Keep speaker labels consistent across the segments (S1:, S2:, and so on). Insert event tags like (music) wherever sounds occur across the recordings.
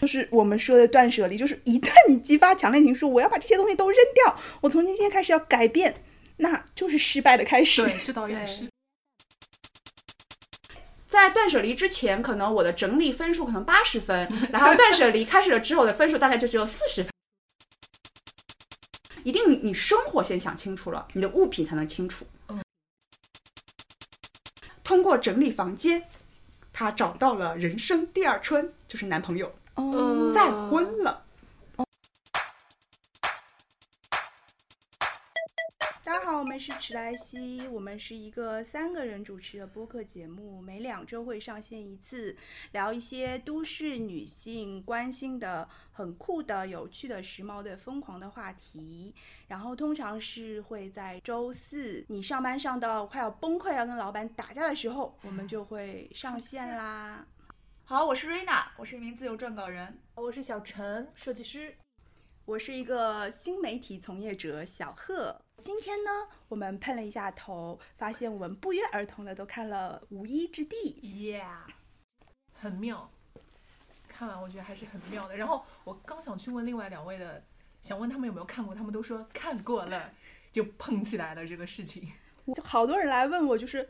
S1: 就是我们说的断舍离，就是一旦你激发强烈情绪，我要把这些东西都扔掉，我从今天开始要改变，那就是失败的开始。
S2: 对，这倒也是。
S3: 在断舍离之前，可能我的整理分数可能八十分，然后断舍离开始了之后，我的分数大概就只有四十分。一定你你生活先想清楚了，你的物品才能清楚。通过整理房间，她找到了人生第二春，就是男朋友，
S1: 哦，
S3: 再婚了。
S1: 大家好，我们是迟来西，我们是一个三个人主持的播客节目，每两周会上线一次，聊一些都市女性关心的、很酷的、有趣的、时髦的、疯狂的话题。然后通常是会在周四，你上班上到快要崩溃、要跟老板打架的时候，我们就会上线啦。
S4: 好，我是瑞娜，我是一名自由撰稿人。
S5: 我是小陈，设计师。
S1: 我是一个新媒体从业者小贺。今天呢，我们碰了一下头，发现我们不约而同的都看了《无依之地
S5: Yeah，很妙。看完我觉得还是很妙的。然后我刚想去问另外两位的，想问他们有没有看过，他们都说看过了，就碰起来了这个事情。》，
S1: 就好多人来问我，就是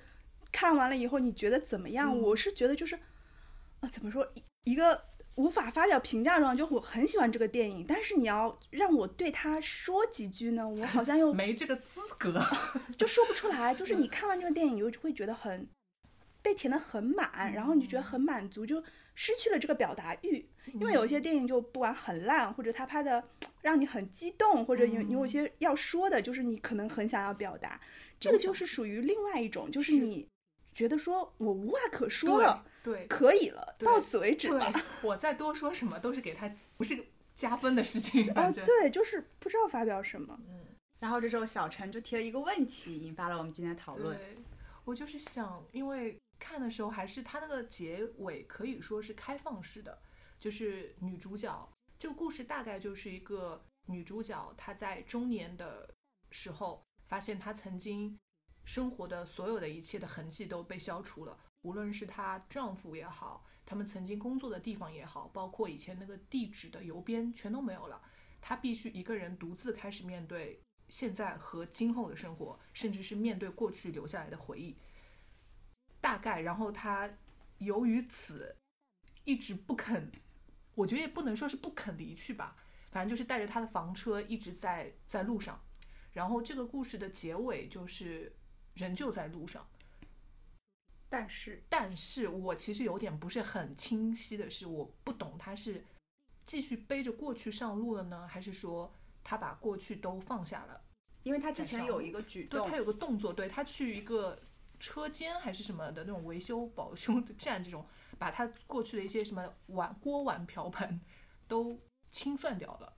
S1: 看完了以后你觉得怎么样？我是觉得就是啊，怎么说一一个无法发表评价的状态，就我很喜欢这个电影，但是你要让我对他说几句呢，我好像
S5: (laughs)
S1: 又
S5: 没这个资格，
S1: 就说不出来。就是你看完这个电影，你就会觉得很被填的很满，然后你就觉得很满足，就失去了这个表达欲。 (laughs) 因
S4: 嗯
S1: 为有一些电影就不管很烂，或者他拍的让你很激动，或者有
S4: 嗯
S1: 你有一些要说的，就是你可能很想要表达，这个就是属于另外一种，就是你觉得说我无话可说了，
S5: 对，
S1: 可以了，
S5: 对
S1: 到此为止吧。
S5: 对，我再多说什么都是给他不是加分的事情，
S1: 啊，
S5: 反正、
S1: 对，就是不知道发表什么。
S4: 嗯然后这时候小陈就提了一个问题，引发了我们今天的讨论。
S5: 对，我就是想，因为看的时候还是它那个结尾可以说是开放式的，就是女主角这个故事大概就是一个女主角她在中年的时候，发现她曾经生活的所有的一切的痕迹都被消除了，无论是她丈夫也好，他们曾经工作的地方也好，包括以前那个地址的邮编全都没有了，她必须一个人独自开始面对现在和今后的生活，甚至是面对过去留下来的回忆。大概，然后他由于此一直不肯，我觉得也不能说是不肯离去吧，反正就是带着他的房车一直在在路上。然后这个故事的结尾就是人就在路上，
S3: 但是
S5: 但是我其实有点不是很清晰的是，我不懂他是继续背着过去上路了呢，还是说他把过去都放下了？
S4: 因为他之前有一个举
S5: 对
S4: 动
S5: 他，有个动作，对他去一个车间还是什么的那种维修保修的站这种，把他过去的一些什么碗锅碗瓢盆都清算掉了。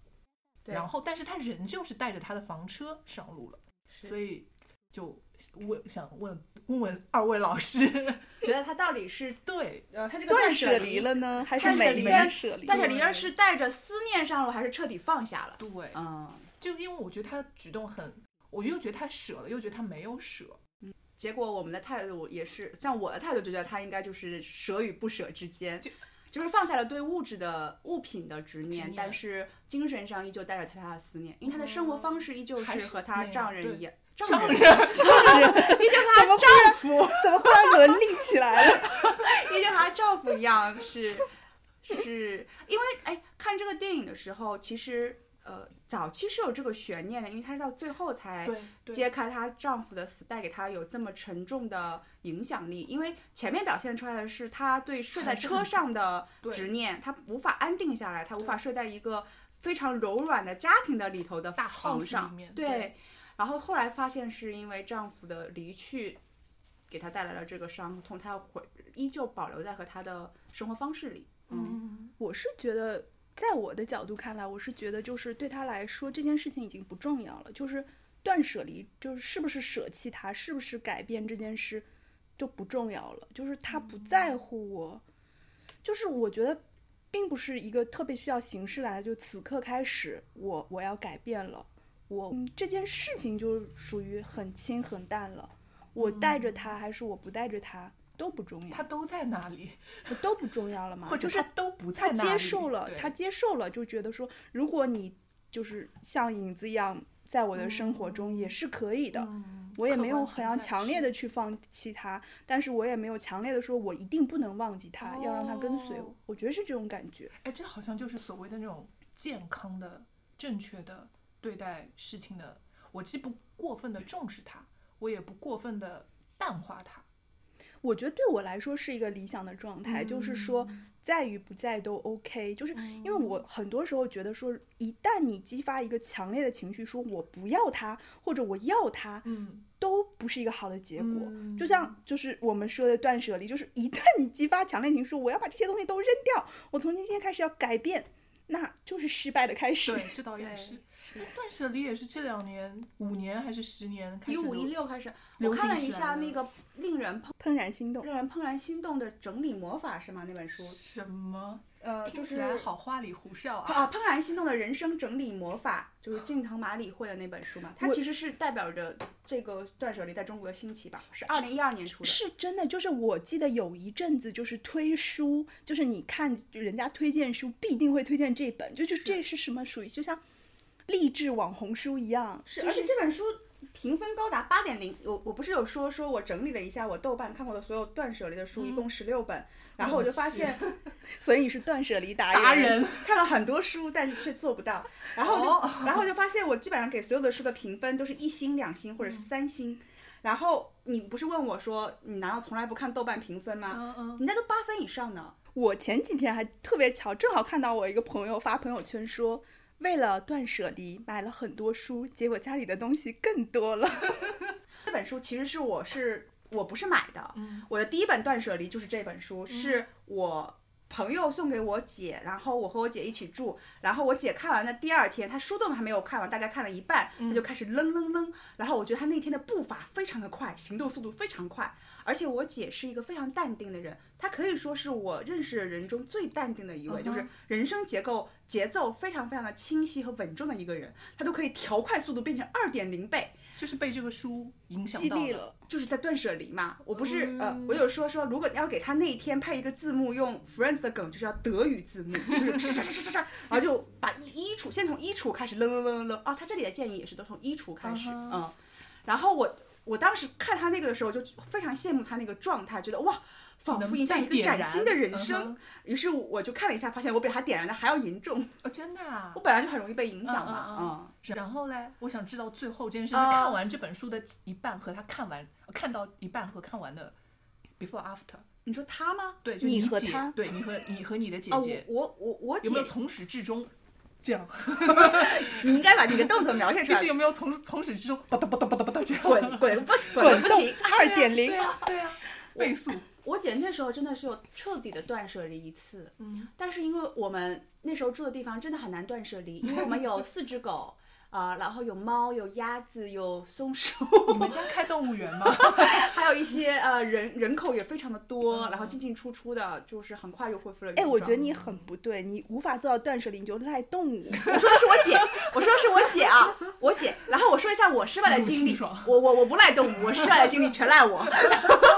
S4: 对
S5: 然后，但是他仍旧是带着他的房车上路了，
S4: 是
S5: 所以就问想问问问二位老师， (laughs)
S4: 觉得他到底是
S5: 对，
S4: 呃，他这个
S1: 断舍
S4: 舍
S1: 离了呢，还是
S4: 断舍
S1: 没
S4: 离
S1: 断舍离？
S4: 断舍离了是带着思念上路，还是彻底放下了？
S5: 对，
S4: 嗯，
S5: 就因为我觉得他的举动很，我又觉得他舍了，又觉得他没有舍，
S4: 结果我们的态度也是，像我的态度就觉得他应该就是舍与不舍之间，
S5: 就
S4: 就是放下了对物质的物品的执念，
S5: 执念
S4: 但是精神上依旧带着对他的思念，因为他的生活方式依旧
S5: 还
S4: 嗯是
S5: 是
S4: 和他
S5: 那样
S4: 丈人一样，
S5: 丈人
S4: 人 (laughs)
S1: 怎么丈夫 (laughs) 怎么忽然伦理起来了？
S4: 依旧和她丈夫一样是是，因为哎，看这个电影的时候，其实呃早期是有这个悬念的，因为她是到最后才
S5: 对对
S4: 揭开她丈夫的死带给她有这么沉重的影响力，因为前面表现出来的是她对睡在
S5: 还是
S4: 车
S5: 很
S4: 上的
S5: 对
S4: 执念，她无法安定下来，她无法睡在一个非常柔软的家庭的里头的
S5: 大
S4: 床
S5: house
S4: 上
S5: 里，面
S4: 对。
S5: 对
S4: 然后后来发现是因为丈夫的离去，给她带来了这个伤痛，她回依旧保留在和她的生活方式里。嗯，
S5: 嗯，
S1: 我是觉得，在我的角度看来，我是觉得就是对他来说这件事情已经不重要了，就是断舍离，就是是不是舍弃他，是不是改变这件事就不重要了，就是他不
S5: 嗯
S1: 在乎我，就是我觉得。并不是一个特别需要形式感的，就此刻开始，我我要改变了，我、嗯这件
S5: 嗯
S1: 事情就属于很轻很淡了，我带着他还是我不带着他，都不重要
S5: 他，都在那里，
S1: 不都不重要了吗？
S5: 或者
S1: 就是
S5: 他都不在
S1: 他
S5: 那里。
S1: 接受了，
S5: 对
S1: 他接受了，就觉得说，如果你就是像影子一样，在我的生活中也是可以的。
S5: 嗯
S1: 我也
S5: 哦客
S1: 没
S5: 观
S1: 有
S5: 存
S1: 很要
S5: 在
S1: 强烈
S5: 是
S1: 的去放弃他，但是我也没有强烈的说我一定不能忘记他，要让他跟随我
S5: 哦。
S1: 我觉得是这种感觉。
S5: 哎，这好像就是所谓的那种健康的、正确的对待事情的。我既不过分的重视它，我也不过分的淡化它。
S1: 我觉得对我来说是一个理想的状态，就是说
S5: 嗯
S1: 在与不在都 OK。就是因为我
S5: 哦
S1: 很多时候觉得说，一旦你激发一个强烈的情绪，说我不要他或者我要他，
S5: 嗯，
S1: 都不是一个好的结果。
S5: 嗯
S1: 就像就是我们说的断舍离，就是一旦你激发强烈情绪，我要把这些东西都扔掉，我从今天开始要改变，那就是失败的开始。
S5: 对，这倒也
S4: (laughs) 对
S5: 是。哎
S4: 是
S5: 断舍离也是这两年、五年还是十年开
S4: 一
S5: 始
S4: 五
S5: 流
S4: 一六开始，我
S5: 流
S4: 看
S5: 行
S4: 了一
S5: 起来
S4: 下
S5: 了
S4: 那个令人怦
S1: 怦然心动，
S4: 让人怦然心动的整理魔法是吗？那本书，
S5: 什么，
S4: 呃，
S5: 听
S4: 就
S5: 起
S4: 是
S5: 来好花里胡哨啊。
S4: 啊，怦然心动的人生整理魔法就是近藤麻里惠的那本书嘛，它
S1: 我
S4: 其实是代表着这个断舍离在中国的兴起吧，是二零一二年出的。
S1: 是真的。就是我记得有一阵子，就是推书，就是你看人家推荐书，必定会推荐这本，就就是这是什么属于就像励志网红书一样，
S4: 是，
S1: 就
S4: 而且
S1: 是
S4: 这本书评分高达八点零。我我不是有说说我整理了一下我豆瓣看过的所有断舍离的书，一共十六本，然后我就发现
S1: 所以你是断舍离达
S5: 达
S1: 人。
S5: 人
S4: 看了很多书，但是却做不到。然后我就、然后就发现我基本上给所有的书的评分都是一星、两星或者是三星。然后你不是问我说你难道从来不看豆瓣评分吗？
S5: 嗯嗯，
S4: 人家都八分以上呢。
S1: 我前几天还特别巧，正好看到我一个朋友发朋友圈说，为了断舍离买了很多书，结果家里的东西更多了。
S4: 这本书其实是我是我不是买的，我的第一本断舍离就是这本书，是我朋友送给我姐，然后我和我姐一起住，然后我姐看完的第二天，她书都还没有看完，大概看了一半，她就开始扔扔扔，然后我觉得她那天的步伐非常的快，行动速度非常快，而且我姐是一个非常淡定的人，她可以说是我认识的人中最淡定的一位，就是人生结构节奏非常非常的清晰和稳重的一个人，她都可以调快速度变成二点零倍。
S5: 就是被这个书影响
S1: 激
S5: 到
S1: 励
S5: 的
S1: 了，
S4: 就是在断舍离嘛，我不是、呃，
S5: 嗯
S4: 我有说说，如果你要给他那一天配一个字幕，用 Friends 的梗，就是要德语字幕，就是然后就把衣衣橱先从衣橱开始扔扔扔扔扔啊，他这里的建议也是都从衣橱开始，
S5: 嗯
S4: 嗯然后我我当时看他那个的时候，就非常羡慕他那个状态，觉得哇，仿佛迎向一
S5: 能被
S4: 个
S5: 点
S4: 崭
S5: 燃
S4: 新的人
S5: 嗯
S4: 生。于是我就看了一下，发现我比他点燃的还要严重，
S5: 哦，真的啊
S4: 我。本来就很容易被影响
S5: 嗯
S4: 嘛，
S5: 嗯
S4: 嗯。
S5: 然后嘞，我想知道最后这件事，
S4: 啊
S5: 他看完这本书的一半和他看完呃看到一半和看完的 before after，
S4: 你说他吗？
S5: 对，就
S1: 你和
S5: 姐
S1: 他，
S5: 对你和你和你的姐
S4: 哦，我
S5: 姐，
S4: 我我我姐
S5: 有没有，从始至终这样？
S4: 你应该把你的动作描写出
S5: 就
S4: 来
S5: 是。有没有从从始至终
S4: (laughs)
S5: 吧嗒吧嗒吧嗒吧嗒这样？
S4: 滚滚不
S1: 滚
S4: 滚不
S1: 动
S4: 停。
S1: 二点零
S5: 对。啊，对啊，倍速。
S4: 我姐那时候真的是有彻底的断舍离一次，
S5: 嗯，
S4: 但是因为我们那时候住的地方真的很难断舍离，因为我们有四只狗。啊、然后有猫，有鸭子，有松鼠， (laughs)
S5: 你们家开动物园吗？
S4: 还有一些呃人人口也非常的
S5: 嗯
S4: 多，然后进进出出的，就是很快又恢复了原
S1: 哎，
S4: 状。
S1: 我觉得你很不对，你无法做到断舍离，你就赖动物。
S4: 我说的是我姐，我说的是我姐啊，我姐。然后我说一下我失败的经
S5: 思路清
S4: 历
S5: 爽，
S4: 我我我不赖动物，我失败的经历全
S5: (laughs)
S4: 赖我。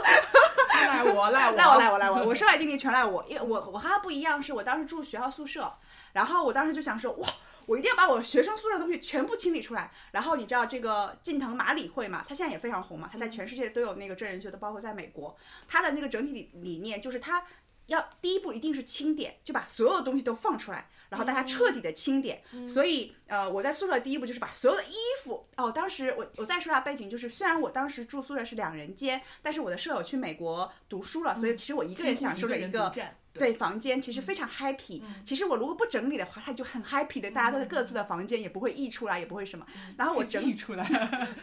S5: 赖我，赖我，
S4: 赖我赖我赖我，我室外经历全赖我，因为我我和他不一样，是我当时住学校宿舍，然后我当时就想说，哇，我一定要把我学生宿舍的东西全部清理出来。然后你知道这个近藤麻里惠嘛，她现在也非常红嘛，她在全世界都有那个真人秀的，包括在美国，她的那个整体理理念就是她。要第一步一定是清点，就把所有的东西都放出来，然后大家彻底的清点。所以，呃，我在宿舍的第一步就是把所有的衣服哦，当时我我再说一下背景，就是虽然我当时住宿舍是两人间，但是我的舍友去美国读书了，所以其实我嗯一个人享受了一个
S5: 独占。
S4: 对房间，其实
S5: 嗯
S4: 非常 happy。其实我如果不整理的话，它就很 happy 的，大家都在各自的房间，也不会溢出来，也不会什么。然后我整
S5: 嗯溢出来，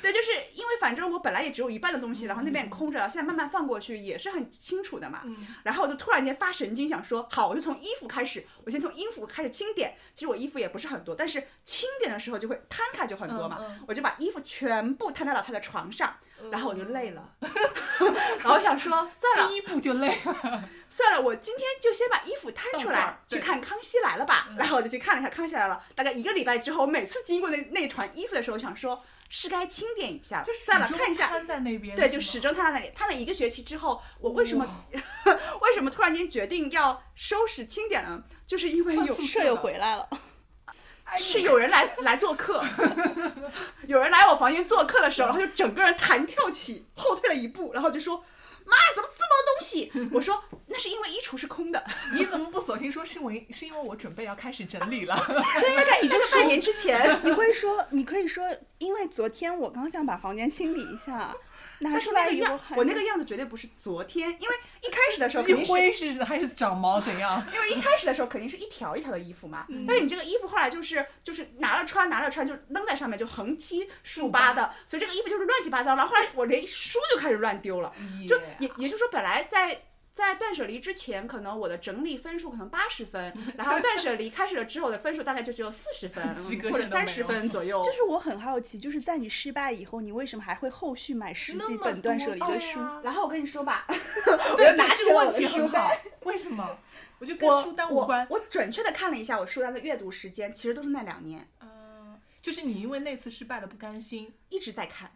S4: 对，就是因为反正我本来也只有一半的东西，然后那
S5: 嗯
S4: 边也空着，现在慢慢放过去也是很清楚的嘛。然后我就突然间发神经，想说好，我就从衣服开始，我先从衣服开始清点。其实我衣服也不是很多，但是清点的时候就会摊开就很多嘛，
S5: 嗯
S4: 我就把衣服全部摊到了他的床上，然后我就累了， (laughs) 然后
S5: (laughs)
S4: 想说算了
S5: 嗯第一步就累了。
S4: 算了，我今天就先把衣服摊出
S5: 到这儿
S4: 来，
S5: 对嗯
S4: 去看《康熙来了》吧。然后我就去看了一下《康熙来了》，大概一个礼拜之后，每次经过那那团衣服的时候，想说是该清点一下了，
S5: 就
S4: (laughs) 算了，看一下，
S5: 摊在那边，
S4: 对，就是 (laughs) 始
S5: 吗
S4: 终摊在那里，摊了一个学期之后，我为什么 (laughs) 为什么突然间决定要收拾清点呢？就是因为
S5: 换
S4: 有哎
S5: 宿舍
S1: 舍友
S5: 的
S1: 回来了，。
S4: 是有
S5: (laughs)
S4: 人来来做客， (laughs) 有人来我房间做客的时候，然后就整个人弹跳起，后退了一步，然后就说：“妈，怎么这么多东西？” (laughs) 我说：“那是因为衣橱是空的。
S5: 你怎么不索性说是我是因为我准备要开始整理了？”
S4: 对，大概也就是 (laughs) 半年之前
S1: 你会说，你可以说，因为昨天我刚想把房间清理一下，拿
S4: 但
S1: 出
S4: 是
S1: 来
S4: 那个
S1: 以后
S4: 样，
S1: 还
S4: 我那个样子绝对不是昨天，因为一开始的时候
S5: 积
S4: 肯定是
S5: 灰是还是长毛怎
S4: (laughs)
S5: 样？
S4: 因为一开始的时候肯定是一条一条的衣服嘛，但是你这个衣服后来就是就是拿了穿拿了穿就扔在上面就横七竖八的，所以这个衣服就是乱七八糟。然后后来我连书就开始乱丢了，就也也就是说本来在。在断舍离之前，可能我的整理分数可能八十分，然后断舍离开始了之后，我的分数大概就只有四十分
S5: 及格
S4: 嗯或者
S5: 线都没有
S4: 三十分左右。
S1: 就是我很好奇，就是在你失败以后，你为什么还会后续买十
S5: 那
S1: 几
S5: 么
S1: 本断舍离
S5: 多
S1: 的
S5: 对
S1: 书？
S5: 啊
S4: 然后我跟你说吧，
S5: 对，
S4: 拿
S5: 对
S4: 起
S5: 这个
S4: 我
S5: 问
S4: 的
S5: 题
S4: 书
S5: 很好
S4: 单，
S5: 为什么？我就跟
S4: 我
S5: 书单无
S4: 我
S5: 关。
S4: 我准确的看了一下我书单的阅读时间，其实都是那两年
S5: 嗯，就是你因为那次失败的不甘心，
S4: 一直在看。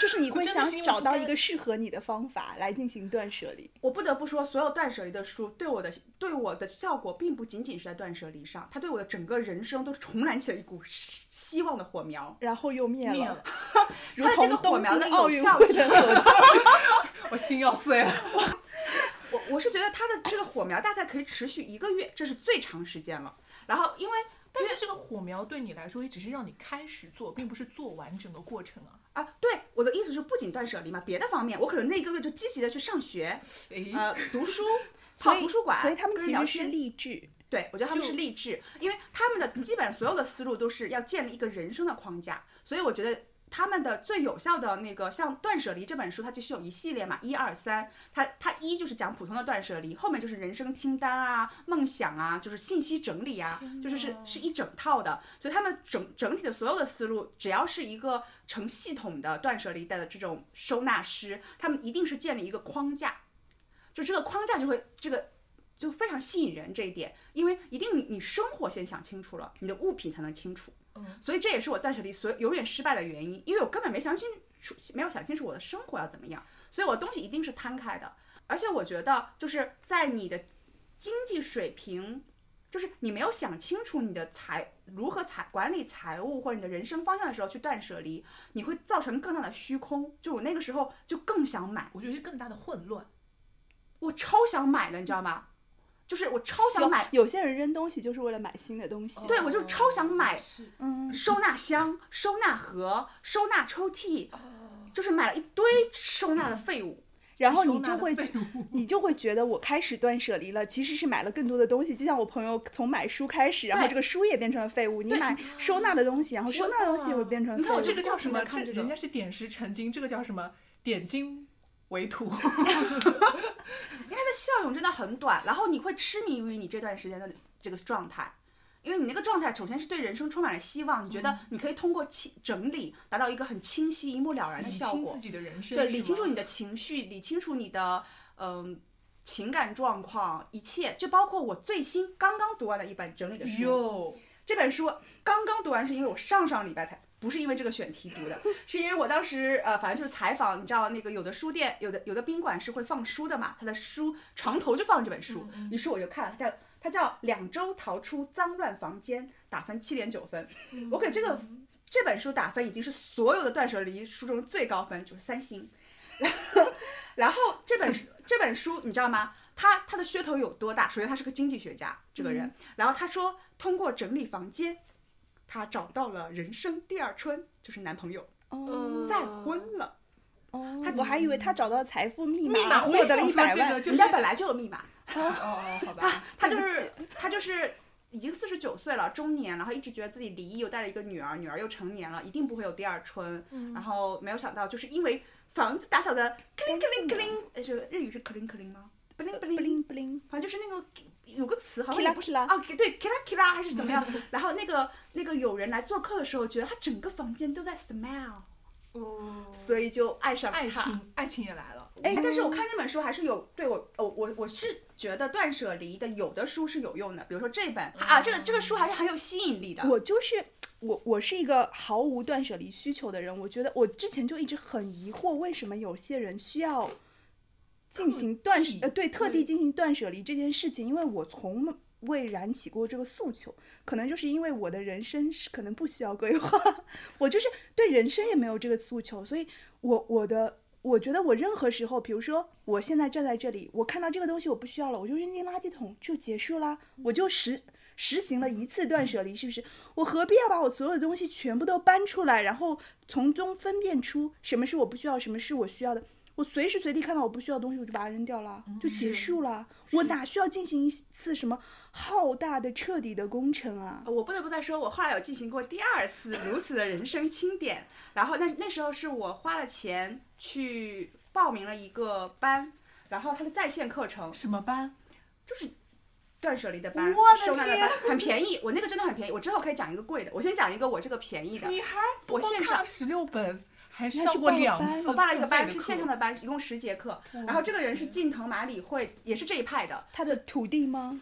S1: 就是你会
S5: 真的
S1: 想
S5: 是因为
S1: 找
S5: 不
S1: 到
S5: 甘
S1: 一个适合你的方法来进行断舍离。
S4: 我不得不说，所有断舍离的书对我的对我的效果，并不仅仅是在断舍离上，它对我的整个人生都重燃起了一股希希望的火苗。
S1: 然后又灭
S5: 灭
S1: 了，
S5: 了，
S1: 如
S4: 它
S1: 同
S4: 的这个火
S1: 东
S4: 苗的
S1: 京
S4: 有
S1: 奥运
S4: 效
S1: 会
S4: 期
S1: 的火炬。
S5: 我心要碎
S4: (laughs)
S5: 了。
S4: 我我是觉得它的这个火苗大概可以持续一个月，这是最长时间了。然后因为
S5: 但是这个火苗对你来说，也只是让你开始做，并不是做完整个过程啊。
S4: 啊，对我的意思是，不仅断舍离嘛，别的方面，我可能那一个月就积极的去上学，
S5: 诶，
S4: 呃，读书，
S1: 所
S4: 泡
S1: 以
S4: 图书馆，
S1: 所以他们
S4: 跟人
S1: 其
S4: 聊
S1: 实是
S4: 天
S1: 励志。
S4: 对，我觉得他们
S5: 就是
S4: 励志，因为
S5: (laughs)
S4: 他们的基本上所有的思路都是要建立一个人生的框架，所以我觉得他们的最有效的那个像《断舍离》这本书，它其实有一系列嘛，一二三，它它一就是讲普通的断舍离，后面就是人生清单啊、梦想啊，就是信息整理啊，就是是是一整套的，所以他们整整体的所有的思路，只要是一个成系统的断舍离的这种收纳师，他们一定是建立一个框架，就这个框架就会这个就非常吸引人这一点，因为一定你你生活先想清楚了，你的物品才能清楚。
S5: 嗯，
S4: 所以这也是我断舍离所永远失败的原因，因为我根本没想清楚，没有想清楚我的生活要怎么样，所以我东西一定是摊开的。而且我觉得就是在你的经济水平，就是你没有想清楚你的财如何财管理财务或者你的人生方向的时候去断舍离，你会造成更大的虚空。就我那个时候就更想买，
S5: 我觉得是更大的混乱。
S4: 我超想买的，你知道吗？就是我超想买
S1: 有有些人扔东西就是为了买新的东西。
S4: 对我就是超想买
S5: 是
S1: 嗯，
S4: 收纳箱、收纳盒、收纳抽屉，就是买了一堆收纳的废物。
S1: 然后
S5: 收
S1: 你
S5: 纳
S1: 就
S5: 的
S1: 会
S5: (laughs) 废物
S1: 你就会觉得我开始断舍离了，其实是买了更多的东西。就像我朋友从买书开始，然后
S4: 对
S1: 这个书也变成了废物。你买收纳的东西，然后收纳的东西也会变成
S4: 你
S1: 废
S4: 看我
S1: 物。
S5: 这个叫
S4: 我
S5: 什
S4: 没
S5: 么？
S4: 有看
S5: 这
S4: 这
S5: 人
S4: 种
S5: 家是点石成金，这个叫什么？点睛为土。
S4: 因为它的效用真的很短，然后你会痴迷于你这段时间的这个状态，因为你那个状态首先是对人生充满了希望，你觉
S5: 嗯
S4: 得你可以通过清整理达到一个很清晰、一目了然的
S5: 理 (laughs)
S4: 效
S5: 清
S4: 果
S5: 自。己的人生，
S4: 对，
S5: 是
S4: 理清楚
S5: 吗
S4: 你的情绪，理清楚你的嗯、情感状况，一切就包括我最新刚刚读完的一本整理的书。
S5: 哟，
S4: 这本书刚刚读完，是因为我上上礼拜才，不是因为这个选题读的， (laughs) 是因为我当时呃，反正就是采访，你知道那个有的书店，有的有的宾馆是会放书的嘛，他的书床头就放这本书，于是我就看了，它叫它叫《两周逃出脏乱房间》，打分七点九分，我给这个这本书打分已经是所有的断舍离书中最高分，就是三星。 (laughs) 然后这本书这本书你知道吗？他他的噱头有多大？首先他是个经济学家这个人，然后他说通过整理房间，他找到了人生第二春，就是男朋友，
S1: 哦
S4: 再婚了。
S1: 哦我还以为他找到财富密
S5: 密码
S1: 获得了
S5: 我也想
S1: 一
S5: 说
S1: 百
S5: 这个
S1: 万。
S5: 就是
S4: 人家本呃来就有密码，
S5: 哦哦，好吧，
S4: 他就是他就是已经四十九岁了，中年，然后一直觉得自己离异，又带了一个女儿，女儿又成年了，一定不会有第二春。然后没有想到，就是因为房子打扫的克林克林克林，呃，是日语是克林克林吗？不灵不灵
S1: 不灵不灵，
S4: 反正就是那个有个词好像
S1: Kira
S4: 也不是
S1: Kira
S4: 啊，对，kira kira 还是怎么 (laughs) 样？然后那个那个有人来做客的时候，觉得他整个房间都在 smell，
S5: 哦，
S4: 所以就爱上
S5: 爱
S4: 他。
S5: 情，爱情也来了。
S4: 哎，但是我看那本书还是有对我，哦我我是觉得断哦舍离的有的书是有用的，比如说这本啊，这个这个书还是很有吸引力的。
S1: 我就是我我是一个毫无断舍离需求的人，我觉得我之前就一直很疑惑，为什么有些人需要进行断舍呃对特地进行断舍离这件事情，因为我从未燃起过这个诉求，可能就是因为我的人生是可能不需要规划， (laughs) 我就是对人生也没有这个诉求，所以我我的。我觉得我任何时候，比如说我现在站在这里，我看到这个东西我不需要了，我就扔进垃圾桶就结束啦，我就实实行了一次断舍离，是不是？我何必要把我所有的东西全部都搬出来，然后从中分辨出什么是我不需要，什么是我需要的？我随时随地看到我不需要的东西，我就把它扔掉了，就结束了。我哪需要进行一次什么浩大的、彻底的工程啊？
S4: 我不得不再说，我后来有进行过第二次如此的人生清点，然后那那时候是我花了钱去报名了一个班，然后它的在线课程，
S5: 什么班？
S4: 断舍离的
S5: 我
S4: 班，
S5: 的
S4: 收纳的
S5: 天
S4: 班，很便宜，我那个真的很便宜，我之后可以讲一个贵的，我先讲一个我这个便宜的，
S5: 你还
S4: 我线上
S5: 十六本，还
S1: 你还
S5: 上
S1: 去
S5: 过
S1: 报了
S5: 两
S1: 班
S5: 次，
S4: 我报了一个班，是线上。的班，一共十节课。然后这个人是近藤麻里惠，也是这一派的。
S1: 他的土地吗？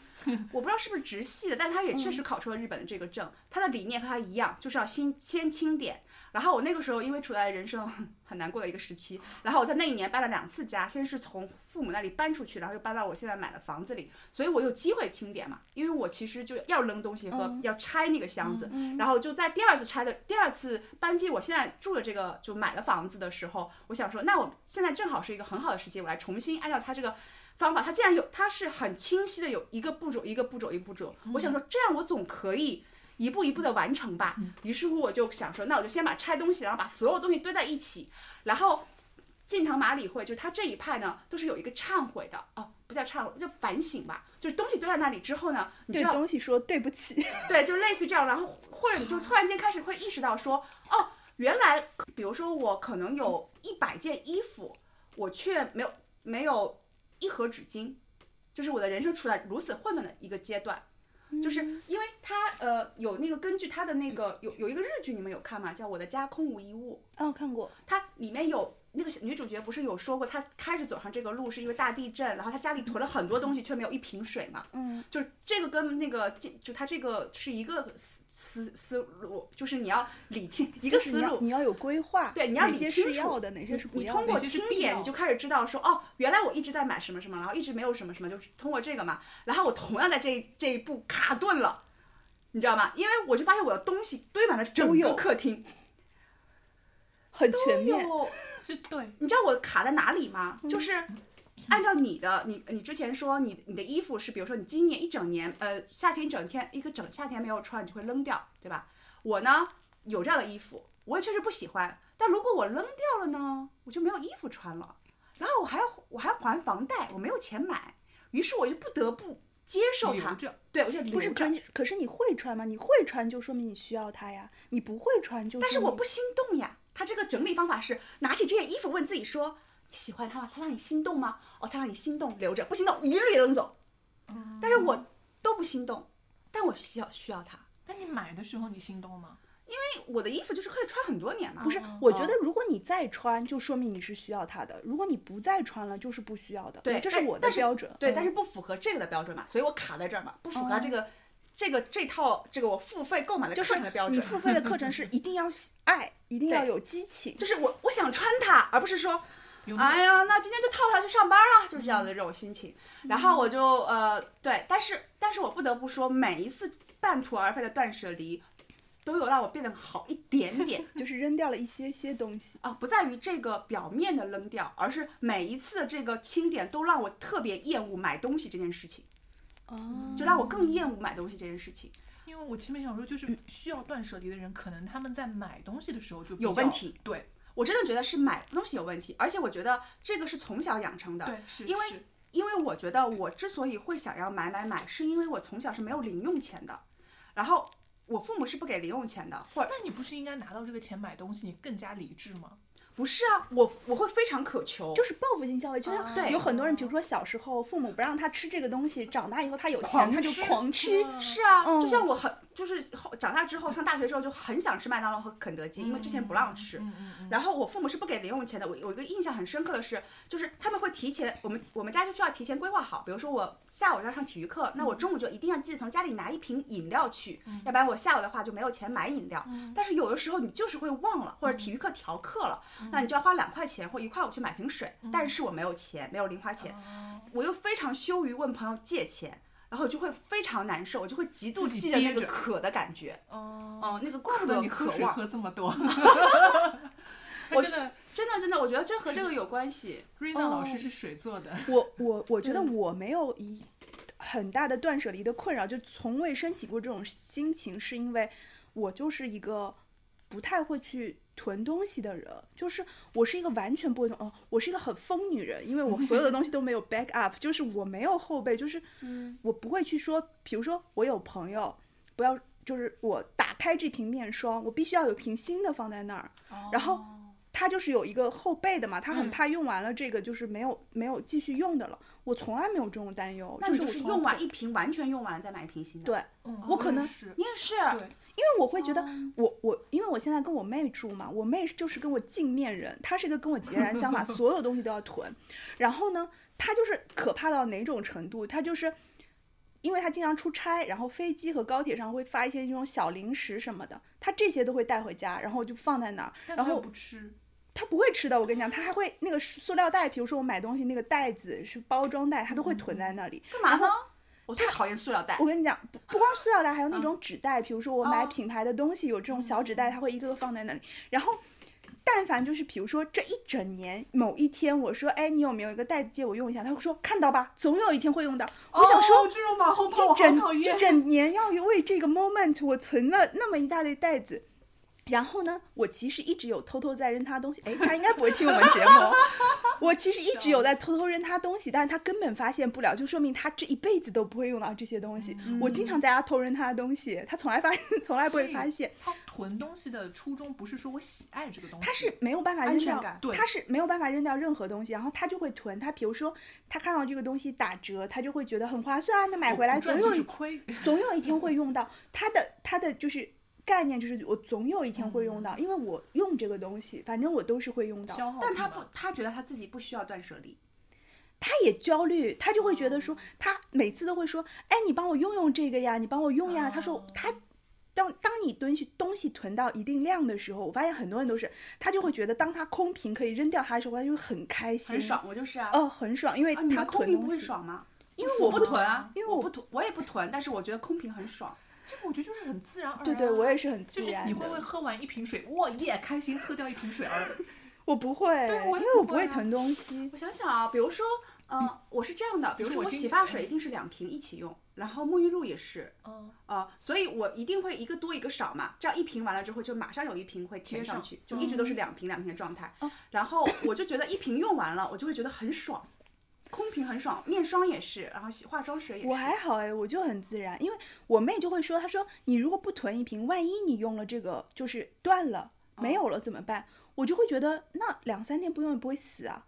S4: 我不知道是不是直系的，但他也确实考出了日本的这个证。他的理念和他一样，就是要先先清点。然后我那个时候因为处在人生很很难过的一个时期，然后我在那一年搬了两次家，先是从父母那里搬出去，然后又搬到我现在买的房子里，所以我有机会清点嘛。因为我其实就要扔东西和要拆那个箱子，然后就在第二次拆的第二次搬进我现在住的这个就买了房子的时候，我想说，那我现在正好是一个很好的时机，我来重新按照他这个方法，他既然有，他是很清晰的有一个步骤一个步骤一个步骤，我想说这样我总可以。一步一步的完成吧。于是乎，我就想说，那我就先把拆东西，然后把所有东西堆在一起，然后近藤麻里惠就是他这一派呢，都是有一个忏悔的哦，不叫忏悔，叫反省吧。就是东西堆在那里之后呢，你
S1: 对
S4: 就要
S1: 东西说对不起，
S4: 对，就类似于这样，然后或者你就突然间开始会意识到说，哦，原来比如说我可能有一百件衣服，我却没有没有一盒纸巾，就是我的人生处在如此混乱的一个阶段。就是因为他呃有那个根据他的那个有有一个日剧你们有看吗？叫《我的家空无一物》，
S1: 哦，看过。
S4: 它里面有那个女主角不是有说过，她开始走上这个路是因为大地震，然后她家里囤了很多东西，却没有一瓶水嘛。
S1: 嗯，
S4: 就是这个跟那个进就她这个是一个思思思路，就是你要理清一个
S1: 就是
S4: 思
S1: 你要
S4: 路。
S1: 你要有规划，
S4: 对你要
S1: 哪
S4: 理
S1: 些
S4: 清
S1: 是
S4: 楚
S1: 要的，哪些是不
S4: 你
S1: 要
S4: 通
S1: 的
S4: 过
S5: 哪些是
S4: 清
S5: 必
S4: 点，
S5: 要
S4: 你就开始知道说，哦，原来我一直在买什么什么，然后一直没有什么什么，就是通过这个嘛。然后我同样在这一这一步卡顿了，你知道吗？因为我就发现我的东西堆满了整个
S1: 有
S4: 客厅，
S1: 很全面。
S4: 有
S5: 是对，
S4: 你知道我卡在哪里吗？就是按照你的，你你之前说你你的衣服是，比如说你今年一整年，呃，夏天一整天一个整夏天没有穿，你就会扔掉，对吧？我呢有这样的衣服，我也确实不喜欢，但如果我扔掉了呢，我就没有衣服穿了，然后我还要我还要还房贷，我没有钱买，于是我就不得不接受
S5: 留
S4: 它，
S5: 着。
S4: 对我就
S1: 不是
S4: 留着
S1: 关键，可是你会穿吗？你会穿就说明你需要它呀，你不会穿就
S4: 但是
S1: 说
S4: 我
S1: 明
S4: 不心动呀。他这个整理方法是拿起这件衣服问自己说：“你喜欢它吗？它让你心动吗？哦，它让你心动，留着；不心动，一律扔走。”但是我都不心动，但我需要需要它。
S5: 但你买的时候你心动吗？
S4: 因为我的衣服就是可以穿很多年嘛。
S1: 不是
S5: 哦。
S1: 我觉得如果你再穿，就说明你是需要它的；如果你不再穿了，就是不需要的。
S4: 对
S1: 这是
S4: 但
S1: 我的
S4: 但是
S1: 标准。
S4: 对，
S1: 嗯
S4: 但是不符合这个的标准嘛，所以我卡在这儿嘛，不符合这个、这个这套这个我付费购买的
S1: 就
S4: 课
S1: 是
S4: 程的标准。
S1: 你付费的课 (laughs) 程是一定要喜爱，一定要
S4: 对
S1: 有激情。
S4: 就是我我想穿它，而不是说
S5: 有，嗯吗
S4: 哎呀，那今天就套它去上班了，就是这样的这种心情。然后我就呃，对，但是但是我不得不说，每一次半途而废的断舍离，都有让我变得好一点点 (laughs)
S1: 就是扔掉了一些些东西，
S4: 啊，不在于这个表面的扔掉，而是每一次的这个清点都让我特别厌恶买东西这件事情，
S1: 哦
S4: 就让我
S5: 嗯
S4: 更厌恶买东西这件事情
S5: 因为我前面想说，
S4: 嗯
S5: 就是需要断舍离的人，可能他们在买东西的时候就比
S4: 有
S5: 较
S4: 问。题。
S5: 对
S4: 我真的觉得是买东西有问题，而且我觉得这个是从小养成的。
S5: 对，是
S4: 啊因为
S5: 是
S4: 因为我觉得我之所以会想要买买买，是因为我从小是没有零用钱的，然后我父母是不给零用钱的，或者
S5: 那你不是应该拿到这个钱买东西，你更加理智吗？
S4: 不是啊，我我会非常渴求，
S1: 就是报复性消费，就
S5: 啊
S1: 像
S4: 对
S1: 有很多人，比如说小时候父母不让他吃这个东西，长大以后他有钱
S5: 狂
S1: 他就
S5: 吃
S1: 狂吃，
S5: 嗯
S4: 是啊，
S1: 嗯
S4: 就像我很就是后长大之后上大学之后就很想吃麦当劳和肯德基，因为之前不让吃。
S5: 嗯嗯嗯，
S4: 然后我父母是不给零用钱的。我有一个印象很深刻的是，就是他们会提前，我们我们家就需要提前规划好。比如说我下午要上体育课，
S5: 嗯
S4: 那我中午就一定要记得从家里拿一瓶饮料去，要不然我下午的话就没有钱买饮料。
S5: 嗯
S4: 但是有的时候你就是会忘了，或者体育课调课了，
S5: 嗯
S4: 那你就要花两块钱或一块五去买瓶水。但是我没有钱，没有零花钱，
S5: 哦
S4: 我又非常羞于问朋友借钱。然后我就会非常难受，我就会极度
S5: 自己
S4: 记着那
S5: 憋
S4: 个
S5: 着
S4: 渴的感觉，
S5: 哦，
S4: 哦、那个
S5: 怪不得
S4: 渴
S5: 你喝
S4: 渴
S5: 水 (laughs)
S4: 望，
S5: 喝这么多，他
S4: 我
S5: 真的
S4: 真的真的，我觉得哦这和这个有关系。
S5: 瑞娜老师是水做的，
S1: 我我我觉得我没有一很大的断舍离的困扰，就从未升起过这种心情，是因为我就是一个不太会去囤东西的人，就是我是一个完全不会囤哦，我是一个很疯女人，因为我所有的东西都没有 back up，就是 (laughs) 我没有后备，就是
S4: 嗯
S1: 我不会去说，比如说我有朋友，不要就是我打开这瓶面霜，我必须要有瓶新的放在那儿，
S4: 哦
S1: 然后他就是有一个后备的嘛，他
S4: 嗯
S1: 很怕用完了这个就是没有、没有继续用的了。我从来没有这种担忧，
S4: 那
S1: 就
S4: 你
S1: 是我
S4: 就是
S1: 从来
S4: 用
S1: 不
S4: 完一瓶，完全用完再买一瓶新的。
S1: 对
S5: 嗯
S1: 我可
S5: 也
S1: 能
S5: 是
S4: 你也是，
S5: 对，
S1: 因为我会
S5: 哦
S1: 觉得我我因为我现在跟我妹住嘛，我妹就是跟我镜面人，她是一个跟我截然相
S5: (laughs)
S1: 反，所有东西都要囤。然后呢，她就是可怕到哪种程度？她就是因为她经常出差，然后飞机和高铁上会发一些这种小零食什么的，她这些都会带回家，然后就放在那儿，
S5: 但
S1: 然
S5: 他
S1: 后
S5: 又不吃，
S1: 他不会吃的，我跟你讲，他还会那个塑料袋，比如说我买东西那个袋子是包装袋，他都
S5: 嗯
S1: 会囤在那里。
S4: 干嘛呢？我最讨厌塑料袋
S1: 我。跟你讲，不不光塑料袋，还有那种纸袋，比如说我买品牌的东西，有这种小纸袋，他会一个个放在那里。然后，但凡就是比如说这一整年某一天，我说，哎，你有没有一个袋子借我用一下？他会说，看到吧，总有一天会用到。我想说，
S5: 哦这种马后炮我
S1: 一
S5: 好讨
S1: 整一
S5: 厌。
S1: 整年要为这个 moment 我存了那么一大堆袋子。然后呢，我其实一直有偷偷在扔他东西，哎，他应该不会听我们节目哦。
S5: (laughs)
S1: 我其实一直有在偷偷扔他东西，但是他根本发现不了，就说明他这一辈子都不会用到这些东西。
S5: 嗯
S1: 我经常在家偷扔他的东西，他从来发 (laughs) 从来不
S5: 所
S1: 会
S5: 以
S1: 发现，
S5: 他囤东西的初衷不是说我喜爱这个东西，
S1: 他是没有办法
S4: 安
S1: 扔
S4: 全
S1: 掉
S4: 感，
S5: 对
S1: 他是没有办法扔掉任何东西，然后他就会囤。他比如说他看到这个东西打折，他就会觉得很划算啊，那买
S5: 我
S1: 回来
S5: 不
S1: 总有
S5: 赚就
S1: 一
S5: 是亏， (laughs)
S1: 总有一天会用到。它的它的就是概念，就是我总有一天会用到，因为我用这个东西，反正我都是会用到。
S5: 消耗。
S4: 但他不，，他觉得他自己不需要断舍离。
S1: 他也焦虑，他就会觉得说，他每次都会说，哎，你帮我用用这个呀，你帮我用呀。他说他。当当你东西东西囤到一定量的时候，我发现很多人都是，他就会觉得当他空瓶可以扔掉它的时候，他就会很开心，
S4: 很爽，我就是啊。
S1: 哦，很爽，因为
S4: 啊，你
S1: 他
S4: 们空
S1: 囤
S4: 瓶
S1: 东
S4: 不会
S1: 西。
S4: 爽吗？
S1: 因为
S4: 我
S1: 我
S4: 不
S1: 不
S4: 囤啊，
S1: 因为
S4: 我
S1: 我
S4: 不囤，我也不囤，但是我觉得空瓶很爽。
S5: 这个我觉得就是很自然而然啊。
S1: 对对，我也是很自
S5: 就是
S1: 然的。
S5: 啊你会不会喝完一瓶水，哇耶，开心喝掉一瓶水而已？
S1: 我不会，
S5: 对我也
S1: 因为我
S5: 不
S1: 不
S5: 会
S1: 会
S5: 啊
S1: 囤东西。
S4: 我想想啊，比如说，呃，我是这样的，比如
S5: 如
S4: 说
S5: 我
S4: 我
S5: 今
S4: 洗
S1: 嗯
S4: 发水一定是两瓶一起用，然后沐浴露也是，
S5: (laughs) 嗯，
S4: 啊、所以我一定会一个多一个少嘛，这样一瓶完了之后就马上有一瓶会填
S5: 接
S4: 上
S5: 上
S4: 去，就一直都是两瓶两瓶的状态。
S1: 哦
S4: 然后我就觉得一瓶用完了，我就会觉得很爽，空瓶很爽，面霜也是，然后洗化妆水也是。
S1: 我还好哎，我就很自然，因为我妹就会说，她说你如果不囤一瓶，万一你用了这个就是断了没有了怎么办？我就会觉得那两三天不用也不会死啊，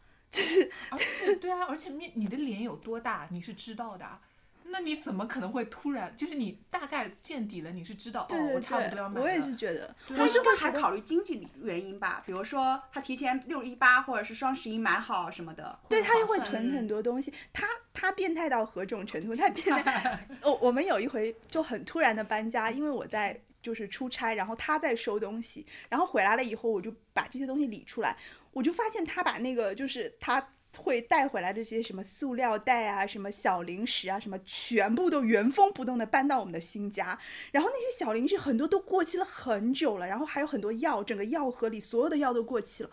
S5: 而且对啊，而且面你的脸有多大，你是知道的啊。那你怎么可能会突然？就是你大概见底了，你是知道
S1: 对
S5: 哦，
S1: 对
S5: 我差不多
S1: 对
S5: 要，买
S1: 我也
S5: 了
S1: 是觉得，
S5: 对
S4: 他
S1: 我
S4: 应
S1: 是
S4: 该
S1: 会
S4: 还
S1: 觉得
S4: 考虑经济原因吧，比如说他提前六一八或者是双十一买好什么的。
S1: 对，他就会
S5: 划算嗯
S1: 囤很多东西。他他变态到何种程度？他变
S5: (laughs)
S1: 态，我我们有一回就很突然的搬家，因为我在就是出差，然后他在收东西，然后回来了以后，我就把这些东西理出来，我就发现他把那个就是他。会带回来这些什么塑料袋啊、什么小零食啊、什么，全部都原封不动的搬到我们的新家。然后那些小零食很多都过期了很久了，然后还有很多药，整个药盒里所有的药都过期了。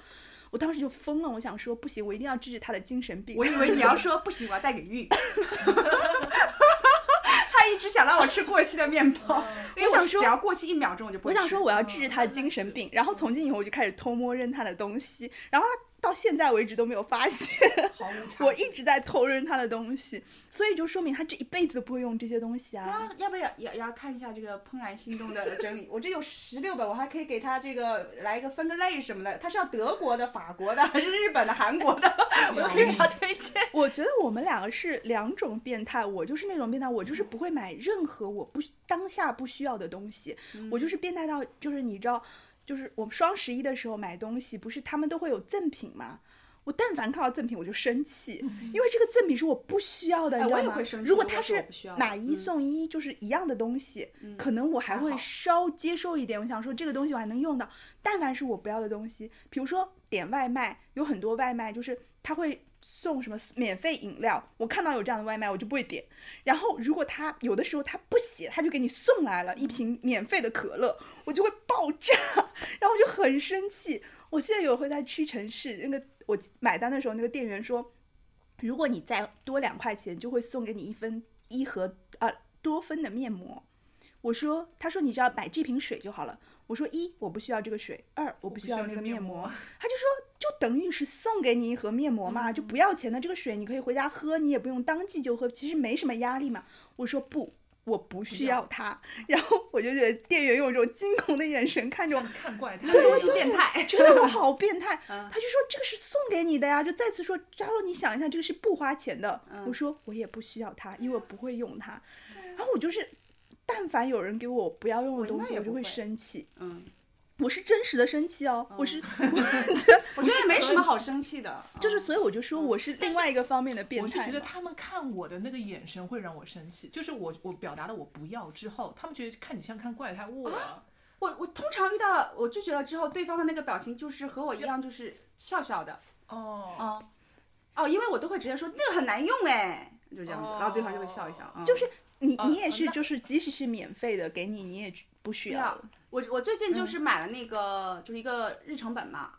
S1: 我当时就疯了，我想说不行，我一定要治治他的精神病。
S4: 我以为
S1: (laughs)
S4: 你要说不行，我要带给玉。他一直想让我吃过期的面包，因为
S1: 我想
S4: 是
S1: 说
S4: 只要过期一秒钟我就不
S1: 我
S4: 会
S1: 想
S4: 吃
S1: 说我要治治他的
S5: 嗯
S1: 精神病，
S5: 那是
S1: 然后从今以后我就开始偷摸扔他的东西，然后他到现在为止都没有发现，
S5: 毫无差
S1: 我
S5: 距
S1: 一直在偷扔他的东西，所以就说明他这一辈子都不会用这些东西啊。
S4: 那要不要也也要看一下这个《怦然心动》的整理？ (laughs) 我这有十六本，我还可以给他这个来一个分个类什么的。他是要德国的、法国的，还是日本的、韩国的？ (laughs) 我都可以给他推 (laughs) 荐。
S1: 我觉得我们两个是两种变态，我就是那种变态，我就是不会买任何我不当下不需要的东西，
S4: 嗯
S1: 我就是变态到就是你知道，就是我们双十一的时候买东西，不是他们都会有赠品吗？我但凡看到赠品我就生气，因为这个赠品是我不需要的，
S4: 嗯哎
S1: 你知
S4: 我
S1: 道
S4: 也
S1: 吗
S4: 会生？气
S1: 如果
S4: 如果
S1: 它
S4: 是我
S1: 是
S4: 不需要的
S1: 买一
S4: 嗯
S1: 送一，就是一样的东西，可能我还
S4: 还
S1: 会
S4: 好
S1: 稍接受一点。我想说这个东西我还能用到，但凡是我不要的东西，比如说点外卖，有很多外卖就是他会送什么免费饮料，我看到有这样的外卖我就不会点。然后如果他有的时候他不写，他就给你送来了一瓶免费的可乐，我就会爆炸，然后我就很生气。我记得有回在屈臣氏那个我买单的时候，那个店员说，如果你再多两块钱，就会送给你一分一盒呃多芬的面膜。我说，他说你只要买这瓶水就好了。我说一我不需要这个水，二我不需要那个面膜。他就说，就等于是送给你一盒面膜嘛，就不要钱的这个水，你可以回家喝，你也不用当季就喝，其实没什么压力嘛。我说不，我不需要它。 (laughs) 然后我就觉得店员用一种惊恐的眼神看着我
S5: 像，看怪他，
S4: 这东西变态，
S1: 觉得我
S4: (laughs)
S1: 好变态。
S4: 嗯
S1: 他就说这个是送给你的呀，就再次说，他说你想一下，这个是不花钱的。
S4: 嗯
S1: 我说我也不需要它，因为我不会用它。然后我就是，但凡有人给我不要用的
S4: 啊我应
S1: 东
S4: 该
S1: 西，
S4: 也
S1: 我就
S4: 不
S1: 会
S4: 会
S1: 生气。
S4: 嗯，
S1: 我是真实的生气哦，我
S4: (laughs)
S1: 是，我这
S4: 我觉得也没什么好生气 (laughs) 的，嗯
S1: 就是，所以我就说我是另外一个方面的变
S5: 我是
S1: 态
S5: 觉得
S1: 嘛。
S5: 他们看我的那个眼神会让我生气，就是我我表达了我不要之后，他们觉得看你像看怪胎，我、
S4: 我我通常遇到我拒绝了之后，对方的那个表情就是和我一样，就是笑笑的
S5: 哦，
S4: 啊哦，因为我都会直接说那个很难用哎，就这样子
S5: 哦，
S4: 然后对方就会笑一笑，嗯
S1: 就是你，你也
S5: 哦
S1: 是，
S5: 那
S1: 就是即使是免费的给你，你也不需
S4: 不
S1: 要
S4: 要。我我最
S5: 嗯
S4: 近就是买了那个，就是一个日程本嘛，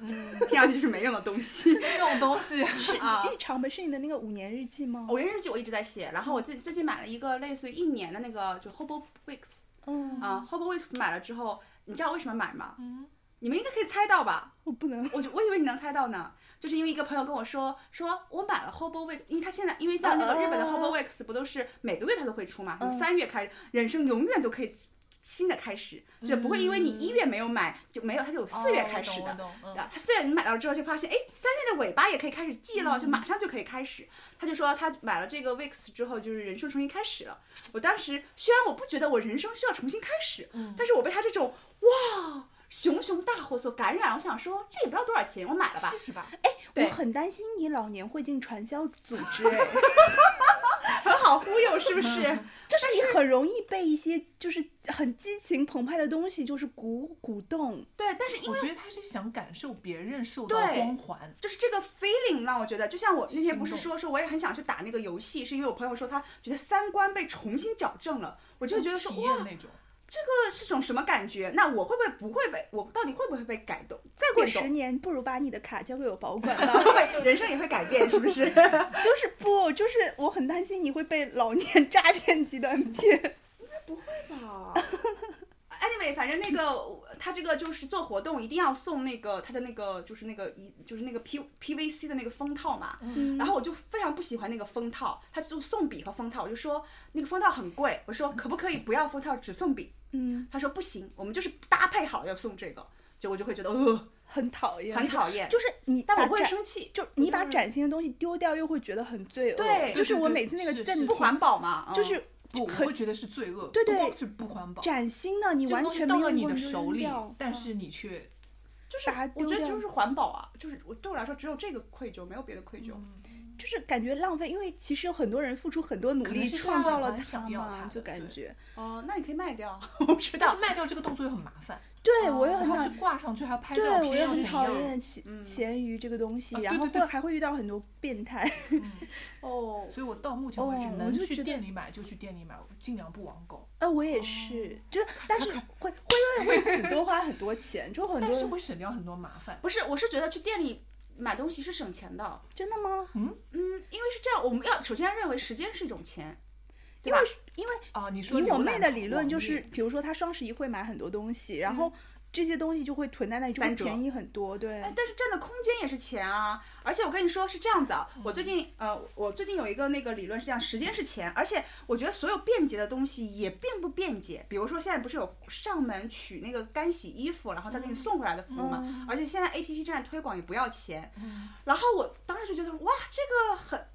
S5: 嗯
S4: (laughs) 听上去就是没用的东
S5: (laughs)
S4: 西
S5: 这种东西
S4: 啊。
S1: 日常本是你的那个五年日记吗？
S4: 偶然日记我一直在写，然后我最最近买了一个类似于一年的那个，就 Hobo Weeks
S1: 嗯，
S4: 啊，Hobo Weeks 买了之后，你知道为什么买吗？
S5: 嗯
S4: 你们应该可以猜到吧？
S1: 我不能。
S4: 我就我以为你能猜到呢，就是因为一个朋友跟我说，说我买了 Hobo Week，因为他现在因为在那个日
S5: 哦
S4: 本的
S1: 啊
S4: Hobo Weeks 不都是每个月他都会出嘛，从
S1: 嗯
S4: 三月开始，人生永远都可以新的开始，就不会因为你一月没有买就没有，它就有四月开始
S5: 嗯哦
S4: 的。
S5: 我懂我懂
S4: 然后他四月你买到之后就发现，哎，三月的尾巴也可以开始记了，就马上就可以开始。他就说他买了这个 Wix 之后，就是人生重新开始了。我当时虽然我不觉得我人生需要重新开始，但是我被他这种哇熊熊大火所感染，我想说这也不要多少钱，我买了
S5: 嗯，
S4: 吧
S5: 试。试吧，
S1: 我
S4: 对
S1: 很担心你老年会进传销组织，哎，
S4: 很好忽 (laughs) 悠是不是？
S1: 就是你很容易被一些就是很激情澎湃的东西就是鼓鼓动。
S4: 对，但是因
S5: 我
S4: 为
S5: 觉得他是想感受别人受到
S4: 对
S5: 光环，
S4: 就是这个 feeling 让我觉得，就像我那天不是
S5: 心动
S4: 说说我也很想去打那个游戏，是因为我朋友说他觉得三观被重新矫正了，我就觉得说
S5: 体
S4: 哇
S5: 验，那种，
S4: 这是种什么感觉？那我会不会不会被我到底会不会被改动？再
S1: 过
S4: 过
S1: 十
S4: 动，
S1: 年，不如把你的卡交给我保管吧。
S5: (laughs)
S4: 会人生也会改变，是不是？
S1: 就
S4: (laughs)
S1: 是不，就是我很担心你会被老年诈骗集团骗。
S4: 啊 Anyway，反正那个他这个就是做活动一定要送那个他的那个就是那个一就是那个 P PVC 的那个封套嘛，
S1: 嗯
S4: 然后我就非常不喜欢那个封套，他就送笔和封套，我就说那个封套很贵，我说可不可以不要封套只送笔？
S1: 嗯，
S4: 他说不行，我们就是搭配好要送这个，就我就会觉得呃
S1: 很讨厌，
S4: 很讨厌，
S1: 就是你把展，
S4: 但我不会生气，
S1: 就你把
S4: 是
S1: 崭新的东西丢掉，又会觉得很罪恶。
S4: 对
S1: 就是
S5: 对
S1: 我
S5: 对
S1: 每次那个
S5: 是
S1: 赠
S5: 是
S1: 品，
S4: 不环保嘛，嗯
S1: 就是
S5: 不，我
S1: 很
S5: 会觉得是罪恶，
S1: 对对
S5: 不是不环保，
S1: 崭新的，你
S5: 这个
S1: 完
S5: 东西
S1: 全
S5: 到
S1: 没有
S5: 了你
S1: 用
S5: 的
S1: 就
S5: 手
S1: 扔
S5: 里
S1: 掉，
S5: 但是你却
S4: 就是
S1: 把它
S4: 我
S1: 丢
S4: 觉得
S1: 掉。
S4: 就是环保啊，就是我对我来说只有这个愧疚，没有别的愧疚。
S5: 嗯
S1: 就是感觉浪费，因为其实有很多人付出很多努
S5: 可能
S1: 力
S5: 是
S1: 创
S5: 喜
S1: 造了
S5: 欢
S1: 它
S5: 想要
S1: 嘛，
S5: 它
S1: 就
S5: 的
S1: 感
S5: 对
S1: 觉。
S4: 哦，那你可以卖掉，我不知
S5: 但
S4: 道
S5: 是。卖掉这个动作又很麻烦，
S1: 对我也
S5: 哦然
S1: 很
S5: 后
S1: 讨
S5: 去挂上去还要拍照片，
S1: 对我也很
S5: 怎
S1: 讨
S5: 样
S1: 厌咸咸鱼这个东西，
S5: 啊
S1: 然
S5: 对
S1: 后
S5: 对
S1: 会
S5: 对
S1: 还会遇到很多变态。
S4: 哦，
S5: 所以我到目前为止
S1: 哦我
S5: 能
S1: 就
S5: 去
S1: 觉得
S5: 店里买就去店里买，我尽量不网购，
S1: 呃，我也是，
S5: (laughs)
S1: 就是但是会会因为为此多花很多钱，就很
S5: 但是
S1: 多
S5: 会省掉很多麻烦。
S4: 不是，我是觉得去店里买东西是省钱的。
S1: 真的吗？
S4: 嗯，因为是这样，我们要首先要认为时间是一种钱，对
S1: 因
S4: 吧
S1: 为因为
S5: 啊，你说
S1: 以我
S5: 浏
S1: 妹
S5: 览
S1: 的理论
S5: 网
S1: 就是，
S5: 页嗯
S1: 比如说她双十一会买很多东西，然后这些东西就会囤在那里，就会
S4: 三折
S1: 便宜很多。对，
S4: 哎，但是占的空间也是钱啊！而且我跟你说是这样子啊，
S5: 嗯
S4: 我最近呃，我最近有一个那个理论是这样，时间是钱，而且我觉得所有便捷的东西也并不便捷。比如说现在不是有上门取那个干洗衣服，然后再给你送回来的服务嘛？
S5: 嗯
S4: 而且现在 A P P 正在推广，也不要钱。然后我当时就觉得哇，这个很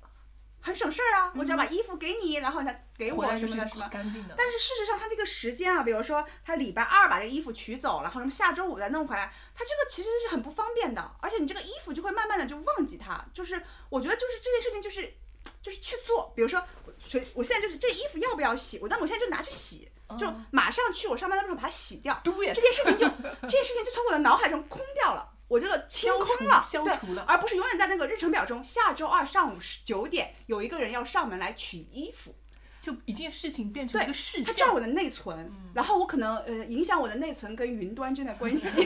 S4: 很省事儿啊！我只要把衣服给你，然后你再给
S5: 回
S4: 我
S5: 来就
S4: 什么
S5: 是
S4: 的什么。
S5: 干净的。
S4: 但是事实上，他这个时间啊，比如说他礼拜二把这衣服取走，然后什么下周五再弄回来，他这个其实是很不方便的。而且你这个衣服就会慢慢的就忘记它，就是我觉得就是这件事情就是就是去做，比如说我所以我现在就是这衣服要不要洗，我但我现在就拿去洗，就马上去我上班的路上把它洗掉，
S5: 对
S4: 这件事情就这件事情就从我的脑海中空掉了。我这个清
S5: 消
S4: 空
S5: 除
S4: 了，
S5: 消
S4: 对
S5: 除了
S4: 而不是永远在那个日程表中。下周二上午十九点有一个人要上门来取衣服，
S5: (laughs) 就一件事情变成一个事
S4: 它占
S5: 项
S4: 我，的内存，然后我可能呃影响我的内存跟云端之间的关系。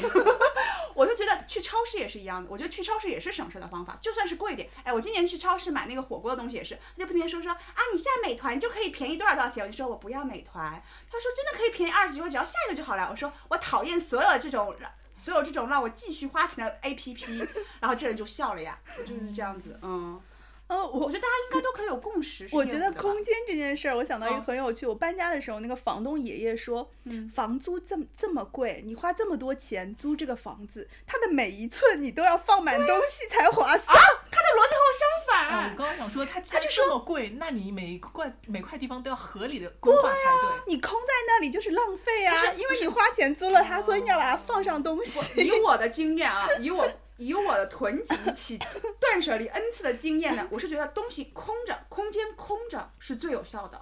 S4: 我就觉得去超市也是一样的，我觉得去超市也是省事的方法，就算是贵一点。哎，我今年去超市买那个火锅的东西也是，他就不停地说说啊，你下美团就可以便宜多少多少钱。我就说我不要美团，他说真的可以便宜二十几块，只要下一个就好了。我说我讨厌所有这种 (laughs) 让所有这种让我继续花钱的 A P P，然后这人就笑了呀，就是这样子，嗯。
S1: 呃，
S4: 我
S1: 我
S4: 觉得大家应该都可以有共识。是
S1: 我
S4: 这
S1: 觉
S4: 样
S1: 得
S4: 子的吧
S1: 空间这件事儿，我想到一个
S4: 嗯
S1: 很有趣。我搬家的时候，那个房东爷爷说，房租这么这么贵，你花这么多钱租这个房子，它的每一寸你都要放满东西才
S4: 啊
S1: 划算。
S4: 他的逻辑和我相
S5: 啊
S4: 反，
S5: 我刚刚想说，它既然这么贵，那你每一块每块地方都要合理的规
S1: 啊
S5: 划才对。
S1: 你空在那里就是浪费啊
S4: 不是，哦
S1: 因为你花钱租了它，所以你要把它放上东
S5: (laughs)
S1: 西。
S4: 以我的经验啊，以我以我的囤积起 (laughs) 断舍离 n 次的经验呢，我是觉得东西空着，空间空着是最有效的。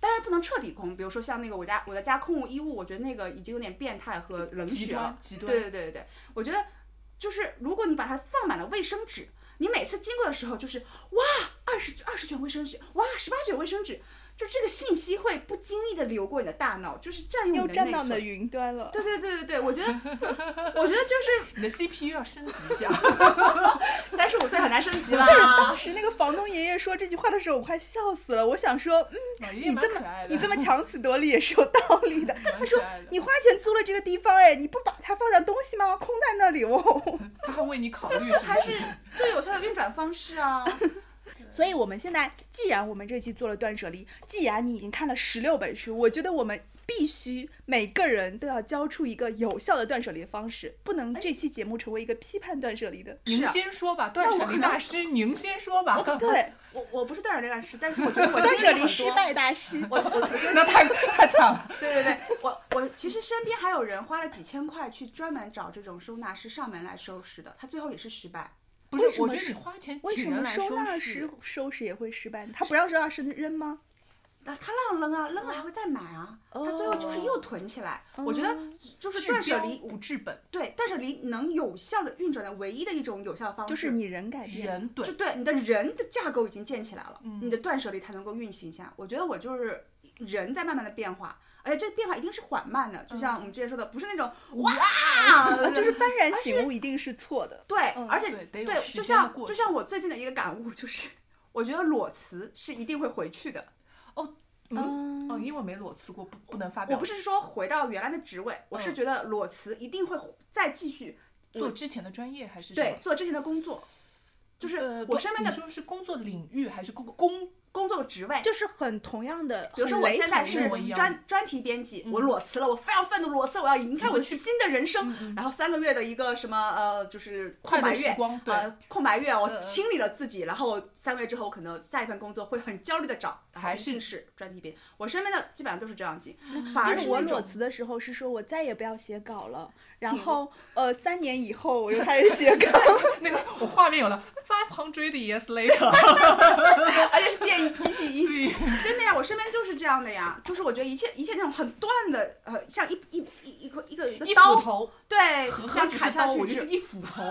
S4: 当然不能彻底空，比如说像那个我家我的家空无一物，我觉得那个已经有点变态和冷血了。
S5: 极端极端
S4: 对对对对对，我觉得就是如果你把它放满了卫生纸，你每次经过的时候就是哇二十二十卷卫生纸，哇十八卷卫生纸，就这个信息会不经意的流过你的大脑，就是占用
S1: 又
S4: 你的
S1: 站
S4: 内
S1: 到你的
S4: 存。啊
S1: 云端了，
S4: 对对对对对，我觉得我觉得就是
S5: 你的 CPU 要升级
S1: (laughs)
S5: 一下，啊
S4: 三十五岁很难升
S5: (laughs)
S4: 级了。
S1: 当时那个房东爷爷说这句话的时候，我快笑死了。我想
S4: (laughs)
S1: 说，嗯，
S5: 老爷爷
S1: 你
S5: 蛮
S1: 这
S5: 可
S1: 么
S5: 爱的，
S1: 你这么强词夺理也是有道理
S4: (laughs)
S1: 的。
S5: 蛮
S1: 他说
S5: 可爱的
S1: 你花钱租了这个地方，哎，你不把它放上东西吗？空在那里哦。
S5: 他会为你考虑，是
S4: 才
S5: 不
S4: 是
S5: 是？
S4: 最有效的运转方式啊！
S1: 所以我们现在，既然我们这期做了断舍离，既然你已经看了十六本书，我觉得我们必须每个人都要交出一个有效的断舍离的方式，不能这期节目成为一个批判断舍离的。
S5: 您先说吧，断舍
S4: 那我
S5: 离
S4: 可
S5: 大师，您先说吧。
S1: 哦对，
S4: 我我不是断舍离大师，但是我觉得我
S1: 断
S4: 经
S1: 舍
S4: 历
S1: 离
S4: 很
S1: 失
S4: 多。
S1: 败大师。
S4: 我我
S5: (laughs)
S1: (laughs)
S5: 那太太惨了。
S4: 对对对，我我其实身边还有人花了几千块去专门找这种收纳师上门来收拾的，他最后也是失败。
S5: 不
S1: 为什
S5: 是，
S1: 么
S5: 我觉得
S1: 是
S5: 你花钱
S1: 为什
S5: 请人
S1: 么
S5: 来
S1: 收纳
S5: 拾
S1: 师，收拾也会失败呢？他不让收纳师扔吗？
S4: 那他让扔啊，扔了还会再买啊，他最后就是又囤起来。我觉得就是
S5: 治
S4: 断舍
S5: 标
S4: 离，
S5: 不治本，
S4: 对断舍离能有效的运转的唯一的一种有效的方式，
S1: 就是你人改变。
S5: 人对嗯
S4: 就对你的人的架构已经建起来了，你的断舍离才能够运行一下。我觉得我就是人在慢慢的变化，而且这变化一定是缓慢
S5: 嗯
S4: 的，就像我们之前说的，不是那种哇，
S1: 就是
S5: (laughs)
S1: 幡然醒悟一定是错的，
S4: 对，
S1: 嗯
S4: 而且
S5: 对得有
S4: 对，
S5: 时
S4: 就
S5: 间的
S4: 像
S5: 过
S4: 就像我最近的一个感悟就是， (laughs) 我觉得裸辞是一定会回去的。
S5: 嗯哦，因为没裸辞过，不不能发表。
S4: 我不是说回到原来的职
S5: 嗯
S4: 位，我是觉得裸辞一定会再继续
S5: 做之前的专业还是什
S4: 对
S5: 么？
S4: 做之前的工作，就是
S5: 呃，不
S4: 我身边
S5: 你
S4: 的
S5: 说是工作领域还是工工
S4: 工作职位。
S1: 就是很同样的，
S4: 比如说
S1: 很
S4: 我
S1: 雷
S4: 现在
S1: 同
S4: 是
S5: 一模一样嗯
S4: 专专题编辑，我裸辞了，我非常愤怒裸辞，我要迎开我的新的人生。然后三个月的一个什么呃，就是空
S5: 嗯
S4: 白
S5: 快乐时
S4: 月
S5: 光，对
S4: 呃，空白月我
S5: 嗯
S4: 清理了自己，然后三个月之后，可能下一份工作会很焦虑的找，然后
S5: 还
S4: 一定
S5: 是嗯
S4: 是专题编。我身边的基本上都是这样子，反而
S1: 但
S4: 是
S1: 是我
S4: 那
S1: 裸
S5: (laughs)
S4: 种
S1: 辞的时候是说我再也不要写稿了，然
S4: 请
S1: 后呃三年以后我又开始写
S4: (laughs)
S1: 稿，
S5: 那个我画面有了，five hundred years
S4: (laughs)
S5: later，
S4: 而且是电影机器音，
S5: 对，
S4: 真的呀，我身边就是这样的呀，就是我觉得一切一切那种很断的，呃，像一一一一个一个一
S5: 一
S4: 个
S5: 斧
S4: 刀，
S5: 头，
S4: 对，
S5: 何
S4: 这
S5: 何
S4: 样
S5: 止
S4: 砍
S5: 是
S4: 下
S5: 刀，
S4: 去
S5: 我
S4: 之 (laughs)
S5: 就是一斧头。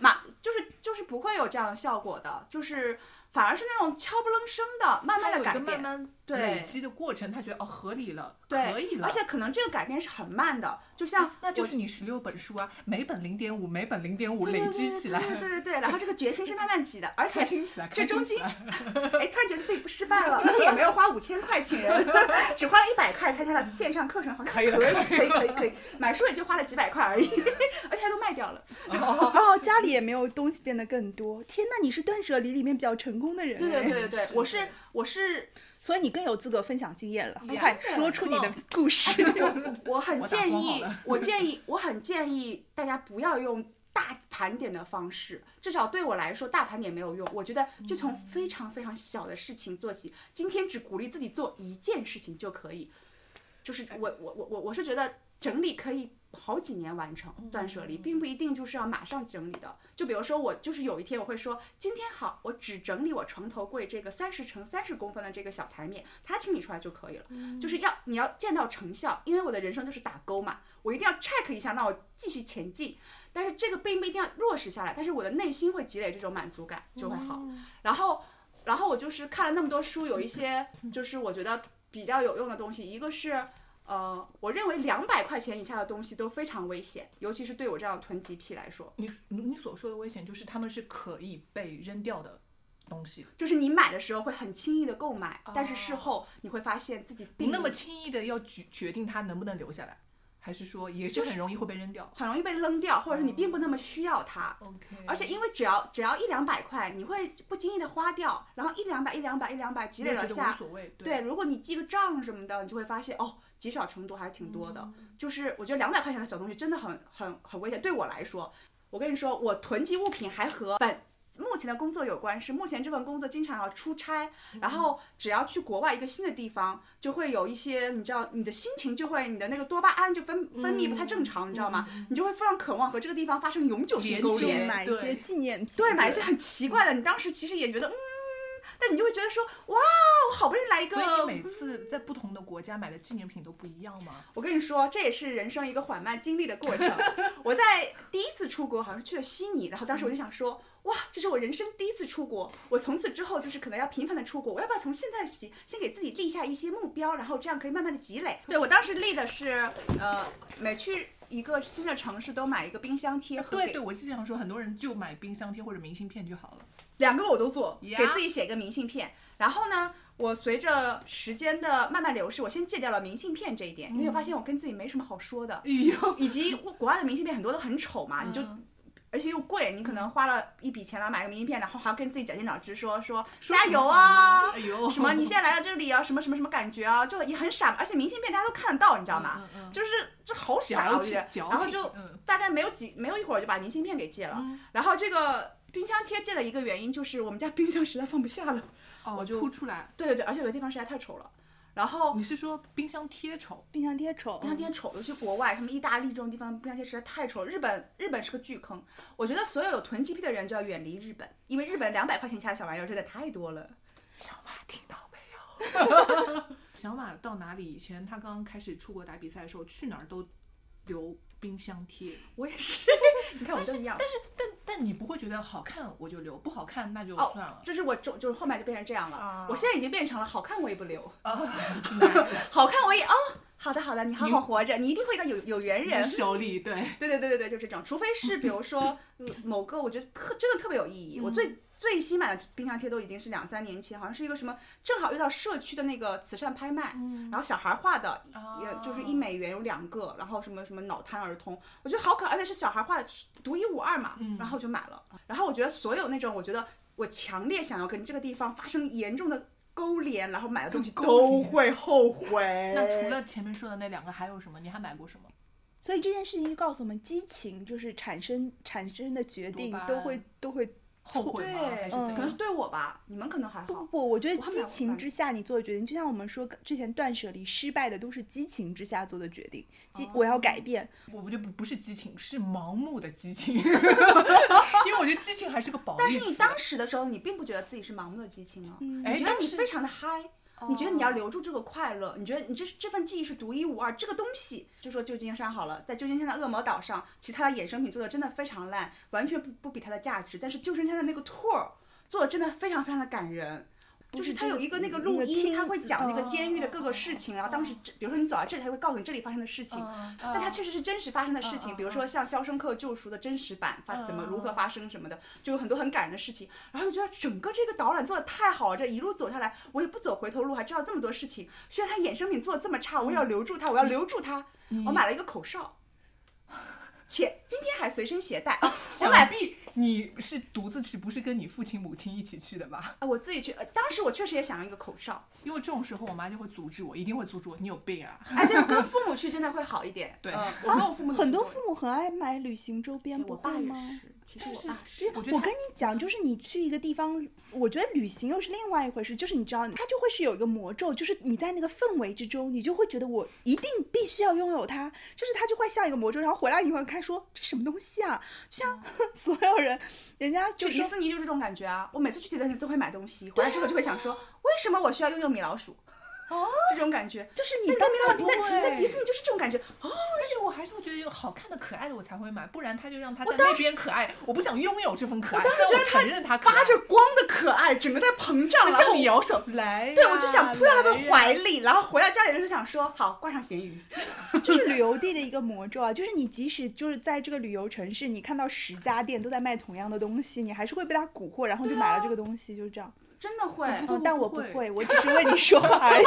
S4: 马就是就是不会有这样的效果的，就是。反而是那种悄不楞声的，慢慢
S5: 它
S4: 的
S5: 有一
S4: 改
S5: 个
S4: 变，
S5: 慢慢
S4: 对
S5: 累积的过程，他觉得哦合理了，
S4: 对，
S5: 可以了，嗯
S4: 而且可能这个改变是很慢的，就像
S5: 那就
S4: 我
S5: 是你十六本书啊，每本零点五，每本零点五
S4: 对对
S5: 累
S4: 对
S5: 积
S4: 对
S5: 起来，
S4: 对
S5: (laughs)
S4: 对对对，然后这个决心是慢慢积的，而且
S5: 开心起来，
S4: 这
S5: 开心
S4: 中
S5: 起
S4: 间
S5: 来
S4: 哎，突然觉得自己不失
S5: (laughs)
S4: 败了，而且也没有花五千块请人， (laughs) 只花了一百块参加了线上课程，好像可以可以可以可以可以，买书也就花了几百块
S5: (laughs)
S4: 而已，而且还都卖掉了。
S1: 哦，家里也没有东西变得更多。天呐，你是断舍离里面比较成功的人，哎
S4: 对对对，对对，
S5: 是
S4: 我 (laughs) 是我是
S1: 所以你更有资格分享经验了。
S5: 哎呀
S1: 快
S5: 真
S4: 的
S1: 说出你的故事。
S5: (laughs)
S4: 我很
S5: 我打
S4: 建
S5: 包好
S4: 议
S5: 了，
S4: 我建议我很建议大家不要用。大盘点的方式，至少对我来说，大盘点没有用。我觉得就从
S5: 嗯
S4: 非常非常小的事情做起，今天只鼓励自己做一件事情就可以。就是我我我我我是觉得整理可以好几年完成断舍离，并不一定就是要马上整理的。就比如说我就是有一天我会说，今天好，我只整理我床头柜这个三十乘三十公分的这个小台面，它清理出来就可以了。就是要你要见到成效，因为我的人生就是打勾嘛，我一定要 check 一下，让我继续前进。但是这个并不一定要落实下来，但是我的内心会积累这种满足感，就会好。然后，然后我就是看了那么多书，有一些就是我觉得比较有用的东西，一个是。呃，我认为两百块钱以下的东西都非常危险，尤其是对我这样囤积癖来说，
S5: 你你你所说的危险就是他们是可以被扔掉的东西，
S4: 就是你买的时候会很轻易的购买，但是事后你会发现自己
S5: 不
S4: 并
S5: 哦那么
S4: 不
S5: 轻易的要决决定它能不能留下来，还是说也是
S4: 就是
S5: 很容易会被扔掉。
S4: 很容易被扔掉，或者是你并不那么需要它，
S5: 哦 OK，
S4: 而且因为只要只要一两百块，你会不经意的花掉，然后一两百一两百一两百积累
S5: 我
S4: 了
S5: 觉得无
S4: 下，
S5: 所谓，对
S4: 对，如果你记个账什么的，你就会发现哦，积少成多还是挺多
S5: 嗯
S4: 的。就是我觉得两百块钱的小东西真的很很很危险，对我来说，我跟你说，我囤积物品还和本。目前的工作有关，是目前这份工作经常要出差，
S5: 嗯
S4: 然后只要去国外一个新的地方，就会有一些你知道，你的心情就会你的那个多巴胺就分分泌不太正常，你知道吗？
S5: 嗯
S4: 你就会非常渴望和这个地方发生永久性
S5: 连
S4: 勾
S5: 接
S4: 连，
S1: 买一些
S5: 对
S1: 纪念品，
S4: 对，买一些很奇怪的，你当时其实也觉得嗯，但你就会觉得说哇，我好不容易来一
S5: 所以你每
S4: 个。
S5: 次在不同的国家买的纪念品都不一样吗？
S4: 我跟你说，这也是人生一个缓慢经历的
S5: (laughs)
S4: 过程。我在第一次出国，好像是去了悉尼，然后当时我就
S5: 嗯
S4: 想说，哇，这是我人生第一次出国，我从此之后就是可能要频繁的出国，我要不要从现在起先给自己立下一些目标，然后这样可以慢慢的积累。对我当时立的是，呃，每去一个新的城市都买一个冰箱贴和
S5: 啊对
S4: 给
S5: 对，我是想说，很多人就买冰箱贴或者明信片就好了。
S4: 两个我都做，
S5: 呀
S4: 给自己写一个明信片。然后呢，我随着时间的慢慢流逝，我先戒掉了明信片这一点，因为我
S5: 嗯
S4: 发现我跟自己没什么好说的，
S5: 哎呦，
S4: 以及国外的明信片很多都很丑嘛，
S5: 嗯
S4: 你就。而且又贵，你可能花了一笔钱来买个明信片，然后还要跟自己绞尽脑汁说说加油啊，
S5: 哎呦，
S4: 什么你现在来到这里啊，什么什么什么感觉啊，就也很傻，而且明信片大家都看得到，你知道吗？
S5: 嗯嗯嗯
S4: 就是这好傻，啊
S5: 矫
S4: 我觉
S5: 情
S4: 得，，
S5: 矫
S4: 然后
S5: 情
S4: 就
S5: 嗯
S4: 大概没有几没有一会儿就把明信片给戒了。然后这个冰箱贴戒的一个原因就是我们家冰箱实在放不下了。
S5: 哦，
S4: 我就
S5: 凸出来。
S4: 对对对，而且有的地方实在太丑了。然后
S5: 你是说冰箱贴丑？
S1: 冰箱贴丑，
S4: 冰箱贴丑，尤其国外什么意大利这种地方，冰箱贴实在太丑。日本日本是个巨坑，我觉得所有有囤积癖的人就要远离日本，因为日本两百块钱以下的小玩意儿真的太多了。
S5: 小马听到没有？ (laughs) 小马到哪里？以前他刚刚开始出国打比赛的时候，去哪儿都留冰箱贴。
S4: 我也
S5: (laughs)
S4: 是，你看我们都一样。
S5: 但是，但但你不会觉得好看我就留，不好看那就
S4: 哦
S5: 算了。
S4: 就是我中，就是后面就变成这样了。
S5: 啊
S4: 我现在已经变成了好看我也不留， (laughs)
S5: (laughs) 啊，
S4: 好看我也哦，好的好的，你好好活着，你一定会遇到有有缘人。
S5: 手里对，
S4: 对对对对对，就这种，除非是比如说嗯某个我觉得特真的特别有意义，我最最新买的冰箱贴都已经是两三年前，好像是一个什么正好遇到社区的那个慈善拍卖，然后小孩画的，也就是一美元有两个，然后什么什么脑瘫儿童，我觉得好可爱，而且是小孩画的，独一无二嘛，然后就买了。然后我觉得所有那种我觉得我强烈想要跟这个地方发生严重的勾连，然后买的东西都会后悔。 (laughs)
S5: 那
S4: 呃
S5: 除了前面说的那两个，还有什么？你还买过什么？
S1: 所以这件事情就告诉我们，激情就是产生产生的决定
S5: 多巴胺
S1: 都会都会
S5: 后悔吗？还
S4: 对，
S5: 是怎
S1: 嗯
S5: 样？
S4: 可能是对我吧，你们可能还
S1: 不不
S4: 好。
S1: 不，我觉
S4: 我
S1: 得
S4: 还
S1: 激
S4: 蛮
S1: 情
S4: 反
S1: 之下你做的决定，就像我们说之前断舍离失败的都是激情之下做的决定，激、我要改变，
S5: 我不就不不是激情，是盲目的激
S4: (laughs)
S5: 情，因 (laughs) 为我觉得激情还是个褒义词。
S4: 但是你当时的时候，你并不觉得自己是盲目的激情啊，
S5: 哎
S4: 你觉得
S5: 但
S4: 你
S5: 是哦
S4: 非常的嗨，你觉得你要留住这个快乐，你觉得你这这份记忆是独一无二，这个东西就说旧金山好了，在旧金山的恶魔岛上，其他的衍生品做的真的非常烂，完全不不比它的价值，但是旧金山的那个 tour。做的真的非常非常的感人。
S1: 不
S4: 就是是他
S1: 这
S4: 有
S1: 个
S4: 一个那个
S1: 那
S4: 录
S1: 个
S4: 音，
S1: 听
S4: 他会讲那个
S5: 哦哦
S4: 监狱的各个事情，然后当时这，比如说你走到这里，他会告诉你这里发生的事情。
S5: 但
S4: 但它确实是真实发生的事
S5: 嗯
S4: 情，
S5: 嗯
S4: 比如说像《肖申克救赎》的真实版发怎么如何发生什么的，就有很多很感人的事情。然后就觉得整个这个导览做的太好了，这一路走下来，我也不走回头路，还知道这么多事情。虽然他衍生品做的这么差，我也要留住它，我要留住它。我买了一个口哨，且今天还随身携带。啊我
S5: 想
S4: 买
S5: 必你是独自去，不是跟你父亲母亲一起去的吧？
S4: 啊我自己去，呃当时我确实也想要一个口哨。
S5: 因为这种时候，我妈就会阻止我，一定会阻止我，你有病啊！
S4: 哎，对，跟父母去真的会好一点。
S5: 对
S4: 嗯我跟我父
S1: (laughs)
S4: 母
S1: 很多
S4: 去
S1: 父母很爱买旅行周边，
S4: 做
S1: 不
S4: 哎我爸
S1: 会
S4: 也
S1: 吗？
S4: 是，其实
S5: 但是
S4: 我爸
S5: 我觉得
S1: 我
S5: 他
S1: 跟你讲，就是你去一个地方，我觉得旅行又是另外一回事。就是你知道，它就会是有一个魔咒，就是你在那个氛围之中，你就会觉得我一定必须要拥有它，就是它就会像一个魔咒。然后回来以后看说这什么东西啊，就像 (laughs) 所有人，人家就
S4: 去迪
S1: 说
S4: 士尼就是这种感觉啊！我每次去迪士尼都会买东西，回来之后就会想说，为什么我需要拥有米老鼠？
S5: 哦，
S4: 这种感觉。
S1: 就是
S4: 那
S1: 你
S4: 你
S1: 当
S4: 到米老
S1: 下
S4: 鼠，你在
S5: 不
S4: 你在
S5: 会
S4: 迪士尼就是这种感觉。哦，
S5: 但是我还是会觉得有好看的、可爱的我才会买，不然他就让他在那边可爱，我不想拥有这份可爱。
S4: 当时
S5: 虽然
S4: 觉
S5: 我
S4: 得
S5: 承认他可
S4: 发
S5: 爱，
S4: 着光的可爱，整个在膨胀，
S5: 就
S4: 然后
S5: 向你摇手来呀。
S4: 对我就想扑到
S5: 来
S4: 他的
S5: 呀
S4: 怀里，然后回到家里的时候想说，好挂上咸鱼。
S1: 就是旅游地的一个魔咒啊，就是你即使就是在这个旅游城市，你看到十家店都在卖同样的东西，你还是会被它蛊惑，然后就买了这个东西，就是这样。
S4: 真的会，
S1: 嗯，但我
S5: 不
S1: 不
S5: 会
S1: 会，我只是为你说话而已。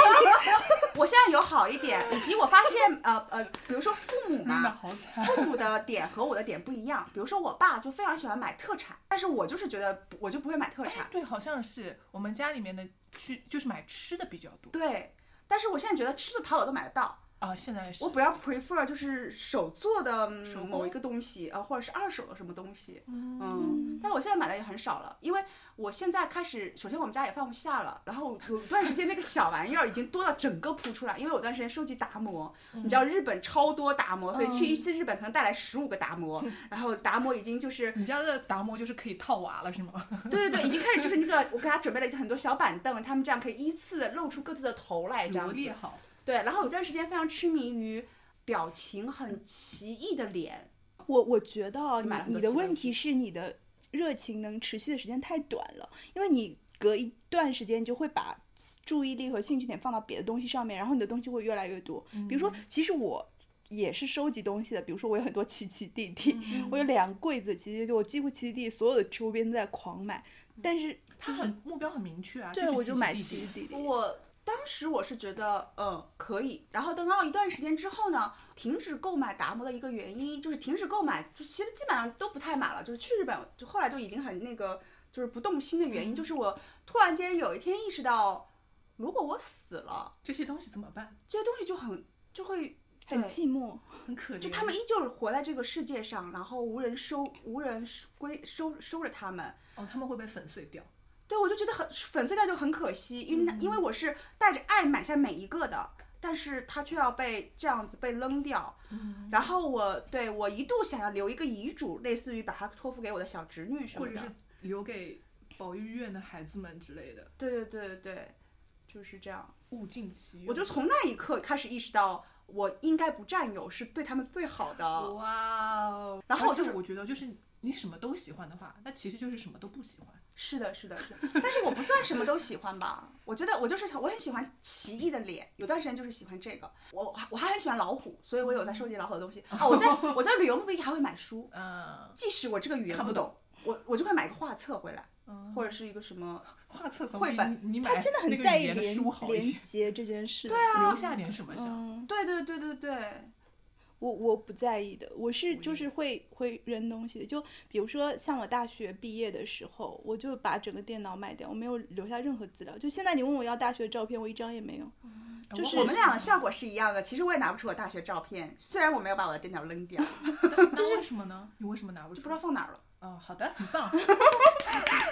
S4: 我现在有好一点，以及我发现，呃呃，比如说父母
S5: 真的
S4: 嘛，
S5: 好惨。
S4: 父母的点和我的点不一样。比如说我爸就非常喜欢买特产，但是我就是觉得不我就不会买特产。
S5: 对，好像是我们家里面的去就是买吃的比较多
S4: 对，但是我现在觉得吃的淘宝都买得到，
S5: 啊，现在是
S4: 我比较 prefer 就是手做的嗯
S5: 手工
S4: 某一个东西啊、呃或者是二手的什么东西。
S5: 嗯，
S4: 嗯，但是我现在买的也很少了，因为我现在开始，首先我们家也放不下了，然后有一段时间那个小玩意儿已经多到整个铺出来，因为我有段时间收集达摩，
S5: 嗯
S4: 你知道日本超多达摩，所以去一次日本可能带来十五个达摩，然后达摩已经就是
S5: 你家的达摩就是可以套娃了是吗？哎
S4: 对对对，已经开始就是那个我给他准备了很多小板凳，他们这样可以依次露出各自的头来，这样
S5: 罗
S4: 子
S5: 列好，
S4: 对，然后有段时间非常痴迷于表情很奇异的脸，
S1: 我我觉得啊
S4: 你买了
S1: 你
S4: 很多
S1: 你的
S4: 次
S1: 问
S4: 东
S1: 题是你的热情能持续的时间太短了，因为你隔一段时间你就会把注意力和兴趣点放到别的东西上面，然后你的东西会越来越多。比如说，其实我。也是收集东西的，比如说我有很多奇奇弟弟， (laughs) 我有两柜子奇奇弟，我几乎奇奇弟所有的周边都在狂买，但是
S5: 他很目标很明确啊，
S1: 对
S5: 是
S1: 我
S5: 奇
S1: 就
S5: 奇
S1: 买
S5: 弟
S1: 奇
S5: 弟
S1: 奇弟弟。
S4: 我当时我是觉得嗯可以，然后等到一段时间之后呢，停止购买达摩的一个原因就是停止购买，就其实基本上都不太买了，就是去日本就后来就已经很那个就是不动心的原因，就是我突然间有一天意识到，如果我死了，
S5: 这些东西怎么办？
S4: 这些东西就很就会
S1: 很
S4: 对
S1: 寂寞，
S5: 很可怜。
S4: 就他们依旧活在这个世界上，然后无人收，无人收归收收着他们。
S5: 哦，他们会被粉碎掉。
S4: 对，我就觉得很粉碎掉就很可惜，因为那、因
S5: 嗯
S4: 为我是带着爱买下每一个的，但是它却要被这样子被扔掉。
S5: 嗯
S4: 然后我对我一度想要留一个遗嘱，类似于把它托付给我的小侄女什
S5: 或
S4: 么
S5: 者是
S4: 的。
S5: 留给保育院的孩子们之类的，
S4: 对对对对对，就是这样。
S5: 物尽其用。
S4: 我就从那一刻开始意识到，我应该不占有是对他们最好的。
S5: 哇哦！
S4: 然后
S5: 而
S4: 就
S5: 且
S4: 是
S5: 我觉得，就是你什么都喜欢的话，那其实就是什么都不喜欢。
S4: 是的，是的，是的。但是我不算什么都喜欢吧，我觉得我就是我很喜欢奇异的脸，有段时间就是喜欢这个。我我还很喜欢老虎，所以我有在收集老虎的东西啊。我在我在旅游目的地还会买书，
S5: 嗯，
S4: 即使我这个语言
S5: 看不
S4: 懂，我我就会买个画册回来，或者是一个什么。
S5: 画册总
S4: 绘
S5: 比
S4: 本
S5: 你你买
S1: 他真的
S5: 那
S1: 很
S5: 个
S1: 在
S5: 语
S1: 意
S5: 言的
S1: 连
S5: 书好一些 (laughs)
S1: 连，接这件事情。
S5: 留下点什么想。
S1: 嗯，
S4: 对对对对对，
S1: 我我不在意的，我是
S5: 也
S1: 就是会会扔东西的。就比如说像我大学毕业的时候，我就把整个电脑卖掉，我没有留下任何资料。就现在你问我要大学的照片，我一张也没有。就
S5: 我
S1: 是
S4: 我们俩的效果是一样的。其实我也拿不出我大学照片，虽然我没有把我的电脑扔掉，
S5: (laughs) 那为什么呢？你为什么拿不
S4: 就
S5: 出？
S4: 不知道放哪儿了。
S5: 哦，好 (laughs) 的，很棒，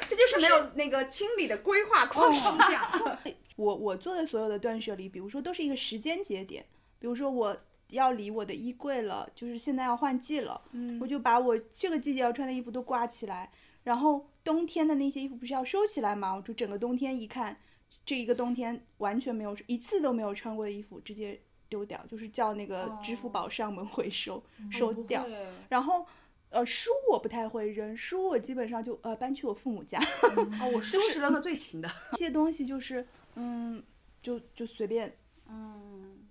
S4: 这就是没有那个清理的规划框
S5: 放
S4: 架。
S5: (laughs) 下。
S1: 我我做的所有的断舍离，比如说都是一个时间节点，比如说我要离我的衣柜了，就是现在要换季了，
S4: 嗯
S1: 我就把我这个季节要穿的衣服都挂起来，然后冬天的那些衣服不是要收起来嘛，我就整个冬天一看，这一个冬天完全没有一次都没有穿过的衣服直 (laughs)
S5: 嗯
S1: 接丢掉，就是叫那个支付宝上门回收、收掉。然后呃，书我不太会扔，书我基本上就呃搬去我父母家。 (laughs)
S4: 哦，我书是扔的最勤的。
S1: 这些东西就是，嗯，就就随便，
S4: 嗯，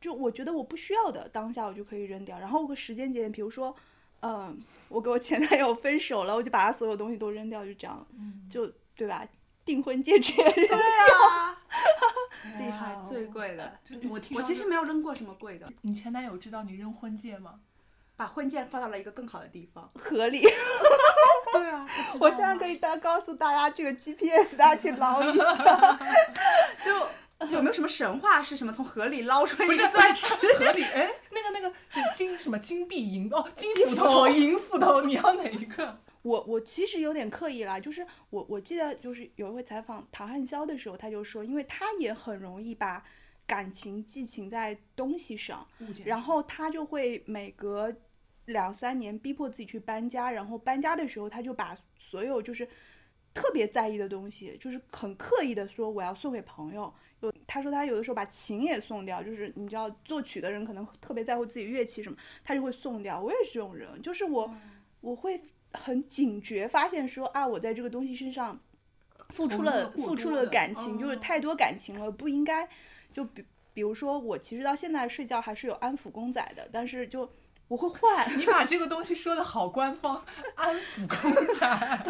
S1: 就我觉得我不需要的，当下我就可以扔掉。然后我个时间节点，比如说，嗯，我跟我前男友分手了，我就把他所有东西都扔掉，就这样，
S5: 嗯
S1: 就对吧？订婚戒指也扔，
S4: 对啊，哎厉
S5: 哇
S4: 害，
S5: 哦
S4: 最贵的。
S5: 这嗯我听
S4: 我
S5: 到
S4: 其
S5: 这
S4: 实没有扔过什么贵的，
S5: 你前男友知道你扔婚戒吗？
S4: 把婚戒放到了一个更好的地方。
S1: 合理。 (laughs)
S5: 对啊，不知
S1: 我
S5: 道
S1: 现在
S5: 吗
S1: 可以大告诉大家这个 GPS，大家去捞一下。 (laughs)
S4: 就有没有什么神话是什么从河里捞出来
S5: 不
S4: 一
S5: 是
S4: 个 (laughs)
S5: (laughs)
S4: 钻石？
S5: 合理哎，那个那个是金什么金币银哦，金
S4: 金
S5: 斧
S4: 斧
S5: 头银斧头，你要哪一个？
S1: 我我其实有点刻意啦，就是我我记得就是有一回采访唐汉霄的时候，他就说，因为他也很容易把感情寄情在东西上，
S5: 物件
S1: 然后他就会每隔两三年逼迫自己去搬家，然后搬家的时候他就把所有就是特别在意的东西，就是很刻意的说我要送给朋友。有他说他有的时候把琴也送掉，就是你知道作曲的人可能特别在乎自己乐器什么，他就会送掉。我也是这种人，就是我、
S5: 嗯
S1: 我会很警觉发现说啊，我在这个东西身上付出
S5: 投入了
S1: 了
S5: 过
S1: 付出
S5: 多
S1: 了
S5: 的嗯
S1: 感情，就是太多感情了，不应该就比比如说我其实到现在睡觉还是有安抚公仔的，但是就我会换， (laughs)
S5: 你把这个东西说的好官方，安抚公仔，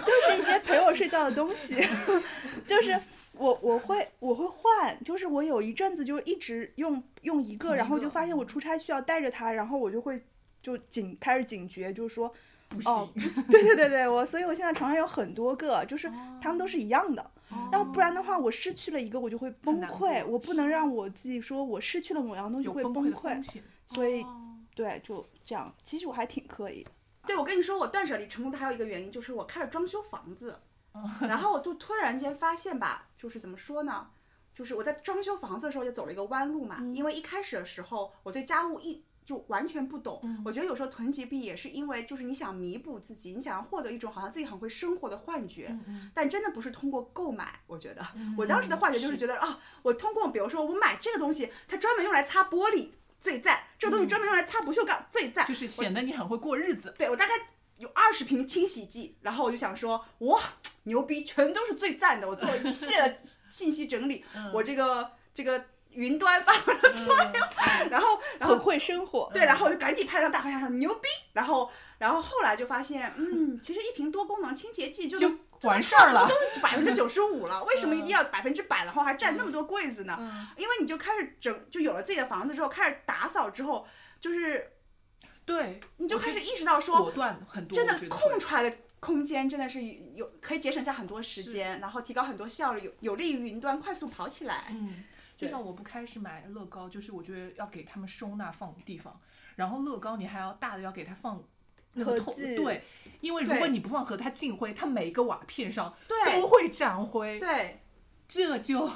S1: 就是一些陪我睡觉的东西， (laughs) 就是我我会我会换，就是我有一阵子就一直用用一
S5: 同
S1: 个，
S5: 一
S1: 然后
S5: 个嗯
S1: 就发现我出差需要带着它，然后我就会就警开始警觉，就是说
S5: 不
S1: 哦
S5: 行， (laughs)
S1: 不是，对对对对，我所以我现在床上有很多个，
S5: 哦
S1: 就是它们都是一样的，然后不然的话我失去了一个我就会崩
S5: 难
S1: 溃，
S5: 过
S1: 我不能让我自己说我失去了某样东西
S5: 有
S1: 会
S5: 崩
S1: 崩
S5: 的风
S1: 溃，
S5: 险。
S1: 所以
S5: 哦
S1: 对就这样，其实我还挺刻意的。
S4: 对，我跟你说，我断舍离成功的还有一个原因就是我开始装修房子，然后我就突然间发现吧，就是怎么说呢？就是我在装修房子的时候也走了一个弯路嘛，因为一开始的时候我对家务一就完全不懂，我觉得有时候囤积币也是因为就是你想弥补自己，你想要获得一种好像自己很会生活的幻觉，但真的不是通过购买，我觉得我当时的幻觉就是觉得啊，我通过比如说我买这个东西，它专门用来擦玻璃最赞，这个东西专门用来擦不锈钢最赞，
S5: 就是显得你很会过日子。
S4: 对我大概有二十瓶清洗剂，然后我就想说，哇，牛逼，全都是最赞的。我做了一系列的信息
S5: (laughs)
S4: 整理，
S5: 嗯
S4: 我这个这个云端发挥了作
S5: 嗯
S4: 用， (laughs) 然后然
S1: 很
S4: 后
S1: 会生活，
S4: 对，然后我就赶紧拍张大合照说牛逼，然后然后后来就发现，嗯，其实一瓶多功能清洁剂就
S5: 就
S4: 能
S5: 完事儿了嗯
S4: 都是百分之九十五了，为什么一定要百分之百，然后还占那么多柜子呢？因为你就开始整，就有了自己的房子之后，开始打扫之后，就是
S5: 对，
S4: 你就
S5: 我
S4: 开
S5: 觉
S4: 始
S5: 得
S4: 意识到说，
S5: 果断很多，
S4: 真
S5: 我觉得
S4: 的空
S5: 会
S4: 出来的空间真的是有可以节省下很多时
S5: 是
S4: 间，然后提高很多效率，有有利于云端快速跑起来。
S5: 嗯，就
S4: 对
S5: 像我不开始买乐高，就是我觉得要给他们收纳放地方，然后乐高你还要大的要给它放。那个
S1: 盒
S5: 桶
S1: 子
S5: 对，因为如
S4: 对
S5: 果你不放盒，它进灰，它每一个瓦片上
S4: 对
S5: 都会沾灰，
S4: 对，
S5: 这就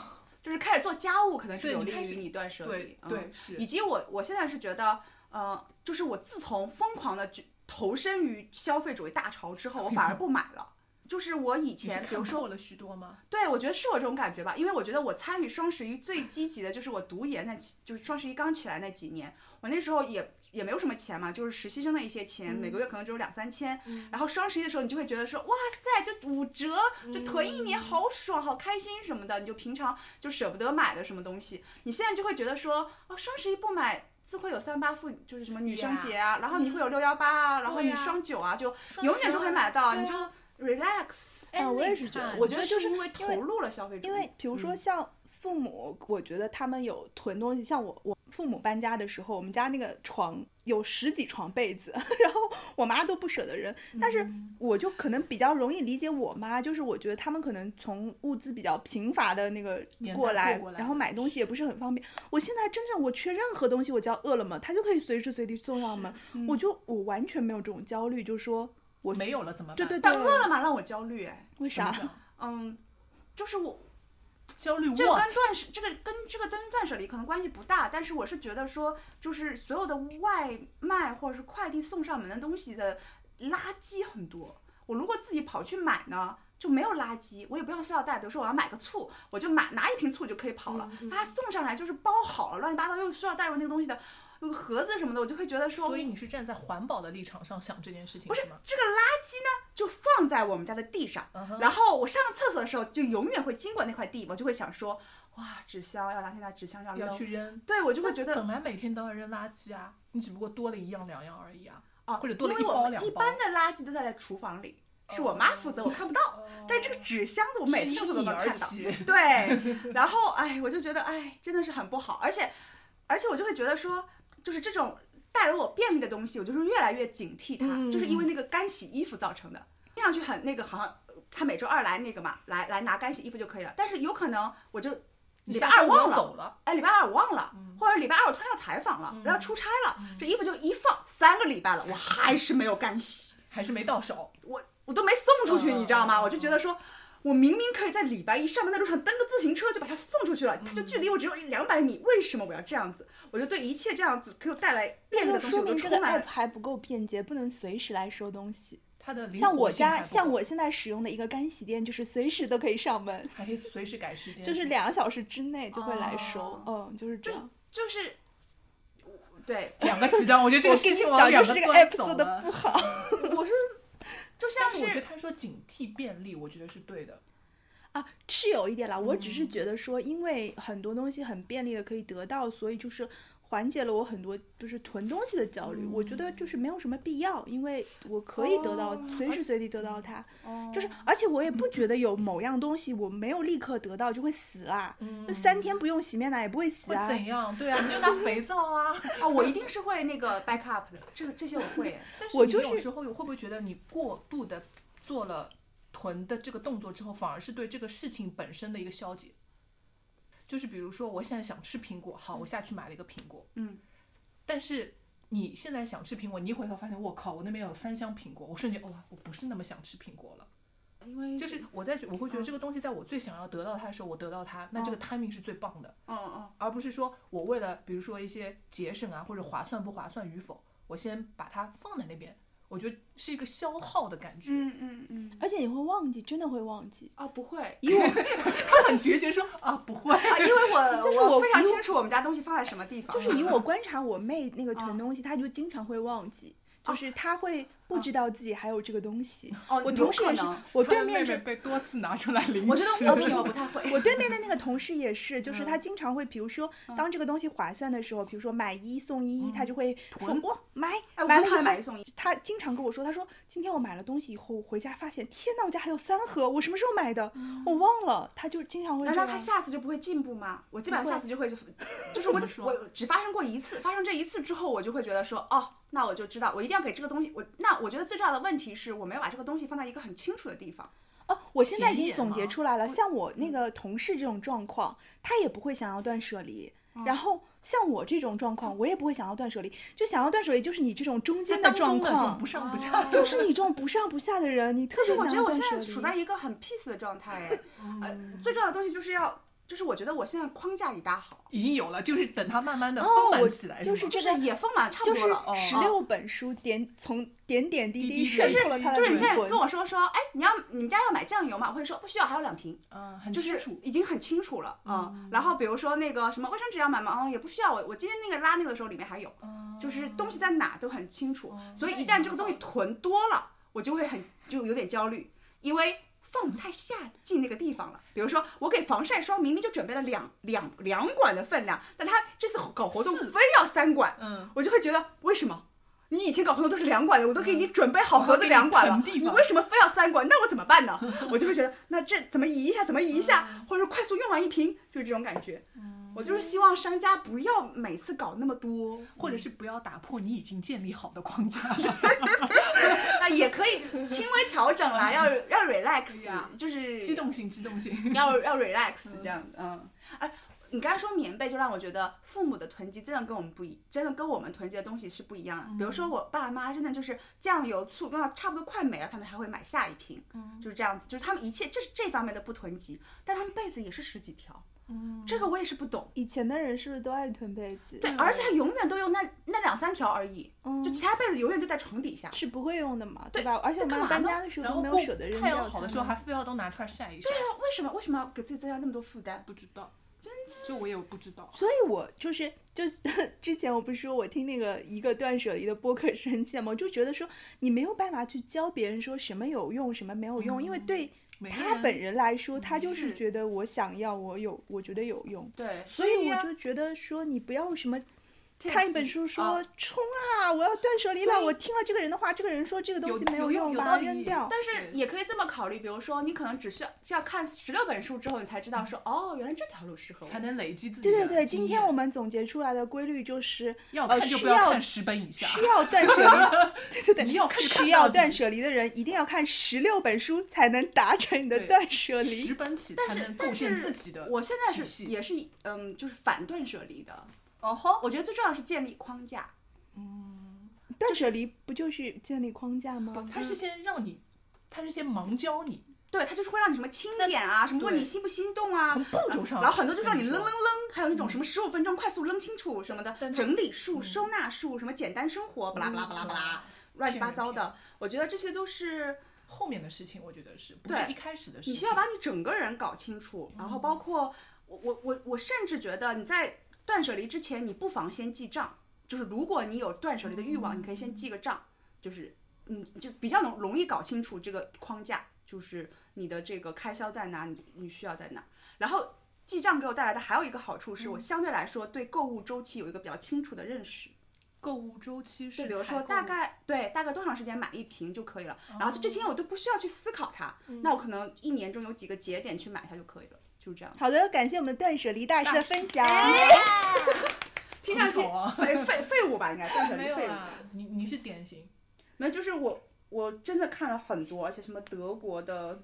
S4: 就是开始做家务，可能是
S5: 对
S4: 有
S5: 你
S4: 利
S5: 开
S4: 于
S5: 始
S4: 你断舍离
S5: 对。
S4: 嗯
S5: 对是
S4: 以及我我现在是觉得，呃，就是我自从疯狂的投身于消费主义大潮之后，我反而不买了。就是我以
S5: 你是
S4: 前，比如
S5: 看
S4: 说
S5: 破了许多吗？
S4: 对，我觉得是我这种感觉吧，因为我觉得我参与双十一最积极的就是我读研那几，就是双十一刚起来那几年，我那时候也也没有什么钱嘛，就是实习生的一些钱，每
S5: 嗯
S4: 个月可能只有两三千，然后双十一的时候你就会觉得说，哇塞，就五折，就囤一
S5: 嗯
S4: 年好爽，好开心什么的，你就平常就舍不得买的什么东西，你现在就会觉得说，哦，双十一不买。自会有三八妇，就是什么女生节啊然后你会有六幺八啊，然后
S5: 对
S4: 你
S5: 呀
S4: 双九啊，就
S5: 双
S4: 永
S5: 十
S4: 远都会
S5: 二
S4: 买到，你就
S5: 对
S4: relax。
S1: 啊我也是觉得
S5: Anytime
S4: 我觉得
S1: 就是
S4: 因为投入了消费主义，嗯
S1: 因为比如
S5: 嗯
S1: 说像父母，我觉得他们有囤东西，像我我父母搬家的时候，我们家那个床有十几床被子， (laughs) 然后我妈都不舍得扔，但是
S5: 嗯
S1: 我就可能比较容易理解我妈，就是我觉得他们可能从物资比较贫乏的那个
S5: 年代
S1: 过来，
S5: 过来
S1: 然后买东西也不是很方便。我现在真正我缺任何东西，我叫饿了么，它就可以随时随地送上门，
S5: 嗯
S1: 我就我完全没有这种焦虑，就说我
S5: 没有了怎么办？
S1: 对对对
S4: 但，饿了么让我焦虑哎，
S1: 为
S5: 怎么
S1: 啥？ (laughs)
S5: 讲，
S4: 嗯，就是 (laughs) 我
S5: 焦虑
S4: 这个
S5: 我
S4: 跟断舍这个跟这个跟断舍离可能关系不大，但是我是觉得说，就是所有的外卖或者是快递送上门的东西的垃圾很多，我如果自己跑去买呢，就没有垃圾，我也不要塑料袋。比如说我要买个醋，我就买拿一瓶醋就可以跑了。他送上来就是包好了，乱七八糟用塑料袋用那个东西的，用盒子什么的，我就会觉得说，
S5: 所以你是站在环保的立场上想这件事情
S4: 不是
S5: 是吗？
S4: 这个垃圾呢，就放在我们家的地上。
S5: 嗯哼
S4: 然后我上厕所的时候，就永远会经过那块地，我就会想说，哇，纸箱要拿去拿，纸箱要
S5: 要
S4: 扔。
S5: 去扔，
S4: 对，我就会觉得
S5: 本来每天都要扔垃圾啊，你只不过多了一样两样而已啊。
S1: 哦
S4: 啊，
S5: 或者多了
S4: 因
S5: 一
S4: 为
S5: 包
S4: 我们
S5: 两
S4: 一
S5: 包哦
S4: 般的垃圾都在在厨房里，是我妈负责，我看不到。但是这个纸箱子，我每次
S5: 是因
S4: 上厕所都
S5: 你
S4: 能
S5: 而
S4: 看到。
S5: 起，
S4: 对，然后哎，我就觉得哎，真的是很不好，而且而且我就会觉得说，就是这种带来我便利的东西，我就是越来越警惕它，就是因为
S5: 嗯
S4: 那个干洗衣服造成的，听上去很那个，好像他每周二来那个嘛，来来拿干洗衣服就可以了，但是有可能我就
S5: 你
S4: 礼拜
S5: 下周
S4: 二忘
S5: 要
S4: 了
S5: 走了，
S4: 哎，礼拜二我忘了，或者礼拜二我突然要采访了，然后出差了，这衣服就一放三个礼拜了，我还是没有干洗，
S5: 还是没到手。
S4: 我我都没送出去，
S5: 嗯
S4: 你知道吗？
S5: 嗯
S4: 我就觉得说。我明明可以在礼拜一上班的路上蹬个自行车就把它送出去了，它就距离我只有两百米，为什么我要这样子？我就对一切这样子给我带来便利的
S1: 那
S4: 东西，
S1: 说
S4: 我都
S1: 明这个
S4: 充满
S1: app
S4: 了
S1: 还不够便捷，不能随时来收东西。
S5: 它的灵
S1: 像
S5: 活
S1: 我
S5: 性还
S1: 家，
S5: 不
S1: 像
S5: 够
S1: 我现在使用的一个干洗店，就是随时都可以上门，
S5: 还可以随时改时间，
S1: 就是
S5: 吧
S1: 两个小时之内就会来收。嗯，就是这
S4: 哦就是
S1: 样。
S4: 就是，对，
S5: 两个极端。我觉得这
S1: 我
S5: 个
S1: 跟
S5: 事
S1: 你
S5: 情
S1: 讲，
S5: 往
S1: 就
S5: 两
S1: 是这个
S5: 端
S1: app
S5: 走
S1: 做的
S5: 了
S1: 不好。
S4: 我是就像
S5: 但是我觉得他说警惕便利，我觉得是对的。
S1: 啊，是有一点啦。我只是觉得说，因为很多东西很便利的可以得到，所以就是缓解了我很多就是囤东西的焦虑。我觉得就是没有什么必要，因为我可以得到，随时随地得到它。就是，而且我也不觉得有某样东西我没有立刻得到就会死啦。那三天不用洗面奶也不会死
S5: 会
S1: 啊。
S5: 怎样？对啊，你
S1: (laughs)
S5: 就拿肥皂啊。
S4: 啊，我一定是会那个 back up 的，这个这些我会。
S5: 但是
S1: 我
S5: 你
S1: 就
S5: 有
S1: 是
S5: 时候有会不会觉得你过度的做了囤的这个动作之后，反而是对这个事情本身的一个消解？就是比如说，我现在想吃苹果，好，我下去买了一个苹果，
S4: 嗯，
S5: 但是你现在想吃苹果，你一回头发现，我靠，我那边有三箱苹果，我瞬间，哇，我不是那么想吃苹果了。
S4: 因为
S5: 就是我在觉我会觉得这个东西在我最想要得到它的时候，我得到它，那这个 timing 是最棒的，
S4: 嗯嗯，
S5: 而不是说我为了比如说一些节省啊或者划算不划算与否，我先把它放在那边，我觉得是一个消耗的感觉。
S4: 嗯嗯嗯，
S1: 而且你会忘记，真的会忘记。
S4: 啊不会，
S5: 他很决绝说啊不会，
S4: 啊，因为我
S1: 就是
S4: 我
S1: 我
S4: 非常
S1: 如
S4: 清楚我们家东西放在什么地方，
S1: 就是以我观察我妹那个囤东西，她就经常会忘记，就是她会不知道自己还有这个东西。
S4: 哦
S1: 我
S4: 有
S1: 同事
S4: 可
S1: 也是
S4: 能，
S1: 我
S5: 他
S1: 对
S5: 的妹
S1: 面
S5: 妹
S1: 这
S5: 被多次拿出来零食，
S4: 我觉得物品我不太会。
S1: 我对面的那个同事也是，
S5: 嗯
S1: 就是他经常会，比如说当这个东西划算的时候，比如说买一送一，他就会说
S5: 嗯囤
S1: 哇买
S4: 哎，我
S1: 买
S4: 不
S1: 了以
S4: 讨厌买
S1: 后。
S4: 一送一，
S1: 他经常跟我说，他说今天我买了东西以后，我回家发现，天呐，我家还有三盒，我什么时候买的？
S5: 嗯
S1: 我忘了。他就经常会这
S4: (laughs) 难道他
S1: 样。
S4: 下次就不会进步吗？我基本上下次就会，就是我
S5: 怎么说
S4: 我只发生过一次，发生这一次之后，我就会觉得说，哦，那我就知道，我一定要给这个东西，我那我觉得最重要的问题是我没有把这个东西放在一个很清楚的地方。
S1: 哦，我现在已
S5: 显
S1: 经
S5: 眼嗯
S1: 总结
S5: 吗
S1: 出来了，像我那个同事这种状况，他也不会想要断舍离。
S5: 哦
S1: 然后像我这种状况，我也不会想要断舍离，就想要断舍离就是你这种中
S5: 在
S1: 间
S5: 当
S1: 状
S5: 中的这种
S1: 况
S5: 不，上不下，
S1: 就是你这种不上不下的人，你特别
S4: 就我
S1: 想
S4: 觉得
S1: 要
S4: 我
S1: 断
S4: 现
S1: 舍
S4: 在
S1: 离。
S4: 处在一个很 peace 的状态，哎，呃，最重要的东西就是要，就是我觉得我现在框架已搭好，
S5: 已经有了，就是等它慢慢的
S1: 哦
S5: 丰
S1: 我
S5: 满起来，
S1: 就是
S5: 吗
S1: 这
S4: 就是也丰满差不
S1: 就是
S4: 多了。
S1: 十
S4: 哦
S1: 六本书点从点点滴
S5: 滴
S1: 滴
S5: 滴
S1: 渗
S5: 累
S1: 透了
S5: 积
S1: 他的
S4: 就是你
S1: 灵
S4: 现在
S1: 魂
S4: 跟。我说说，哎，你要你们家要买酱油吗？我会说不需要，还有两瓶。
S5: 嗯，很
S4: 就
S5: 清
S4: 是
S5: 楚。
S4: 已经很清楚了啊、嗯然后比如说那个什么卫生纸要买吗？哦，也不需要。我我今天那个拉那个的时候里面还有，
S5: 哦
S4: 就是东西在哪都很清楚。所以一旦这个东西囤多了，我就会很就有点焦虑，因为。放不太下进那个地方了。比如说，我给防晒霜明明就准备了两两两管的分量，但他这次搞活动非要三管，
S5: 嗯，
S4: 我就会觉得为什么？你以前搞活动都是两管的，我都给你准备好盒
S5: (laughs) 哦给
S4: 子
S5: 你
S4: 两管了，
S5: 腾地
S4: 你
S5: 方
S4: 为什么非要三管？那我怎么办呢？我就会觉得，那这怎么移一下，怎么移一下，
S5: 嗯
S4: 或者是快速用完一瓶，就是这种感觉。我就是希望商家不要每次搞那么多，
S5: 或者是不要打破你已经建立好的框架，
S4: 那也可以轻微调
S5: (laughs)
S4: 整啦，要要 relax，、
S5: 呀
S4: 就是
S5: (laughs) 机动性，机动
S4: (laughs)
S5: 性。
S4: 要要 relax 这样，嗯，哎，你刚才说棉被，就让我觉得父母的囤积真的跟我们不一，真的跟我们囤积的东西是不一样的。比如说我爸妈真的就是酱油、醋用到差不多快没了，他们还会买下一瓶，就是这样子，就是他们一切这是这方面的不囤积，但他们被子也是十几条。
S5: 嗯，
S4: 这个我也是不懂。
S1: 以前的人是不是都爱吞被子？
S4: 对，而且他永远都用那那两三条而已，
S1: 嗯，
S4: 就其他被子永远都在床底下。
S1: 是不会用的嘛，
S4: 对
S1: 吧？而且我
S4: 那
S1: 妈
S4: 干
S1: 搬
S4: 嘛
S1: 家的时
S5: 然
S1: 候
S5: 后
S1: 没
S5: 过
S1: 有舍得扔
S5: 太
S1: 掉
S5: 阳
S1: 它
S5: 好的时候还非要都拿出来晒一晒，
S4: 那为什么为什么要给自己增加那么多负担？
S5: 不知道，就我也不知道。
S1: 所以我就是就 (laughs) 之前我不是说我听那个一个断舍离的播客生气吗？我就觉得说你没有办法去教别人说什么有用，什么没有用，因为
S4: 嗯
S1: 对
S5: 每个
S1: 他本人来说，他就是
S5: 是
S1: 觉得我想要，我有，我觉得有用。
S4: 对，
S1: 所以我就觉得说，你不要什么看一本书说
S4: 啊
S1: 冲啊，我要断舍离了。
S4: 所以
S1: 我听了这个人的话，这个人说这个东
S5: 有
S1: 西没
S5: 有用
S1: 用，
S5: 有
S1: 把
S5: 道
S1: 它扔
S5: 理
S1: 掉。
S4: 但是
S5: 对
S4: 也可以这么考虑，比如说你可能只需要需要看十六本书之后，你才知道说哦，原来这条路适合
S5: 嗯
S4: 我
S5: 才。能累积自己
S1: 对
S5: 的经
S1: 对对，
S5: 验。
S1: 今天我们总结出来的规律就是
S5: 要
S1: 呃
S5: 看就
S1: 需
S5: 不要
S1: 要
S5: 看十本以下，
S1: 需要断舍离， (laughs) 对对对，
S5: (laughs) 你要看就看
S1: 需要
S5: 到底
S1: 断舍离的人，一定要看十六本书才能达成你的
S5: 对
S1: 断舍离
S5: 十。本起
S4: 但
S5: 才
S4: 是
S5: 能构
S4: 但
S5: 建
S4: 是
S5: 自己的。
S4: 我现在
S5: 体
S4: 是
S5: 系
S4: 也是嗯，就是反断舍离的。
S5: 哦吼，
S4: 我觉得最重要的是建立框架。
S1: 断舍离不就是建立框架
S5: 不
S1: 吗？嗯
S5: 他是先让你，他是先盲教你，
S4: 对，它就是会让你什么清点啊，什么问
S5: 对
S4: 你心不心动啊
S5: 从，步嗯骤上
S4: 然后很多就让
S5: 跟
S4: 你
S5: 你
S4: 扔
S5: 说
S4: 扔扔，还有那种什么十五分钟快速扔清楚什么的，
S5: 但它
S4: 整理
S5: 嗯
S4: 术、收纳术，什么简单生活，巴拉巴拉巴拉巴拉，乱七八糟
S5: 骗人
S4: 的。我觉得这些都是
S5: 后面的事情，我觉得是不是
S4: 对
S5: 一开始的事情？
S4: 你需要把你整个人搞清楚，然后包括我我我我甚至觉得你在断舍离之前，你不妨先记账，就是如果你有断舍离的欲望，你可以先记个账，就是你就比较能容易搞清楚这个框架，就是你的这个开销在哪，你你需要在哪，然后。记账给我带来的还有一个好处是我相对来说对购物周期有一个比较清楚的认识，
S5: 购物周期
S4: 就是比如
S5: 采
S4: 说
S5: 购哦
S4: 大概对大概多长时间买一瓶就可以了，然后就这些我都不需要去思考它，
S5: 嗯
S4: 那我可能一年中有几个节点去买它就可以了，就是这样。
S1: 好的，感谢我们断舍离大师的分享。
S5: 哎
S4: 听上去
S5: 很丑啊
S4: 废废废物吧，应该断
S5: (laughs)
S4: 舍
S5: 没
S4: 离
S5: 有
S4: 废物。
S5: 啊，你你是典型，
S4: 没有，就是我我真的看了很多，而且什么德国的。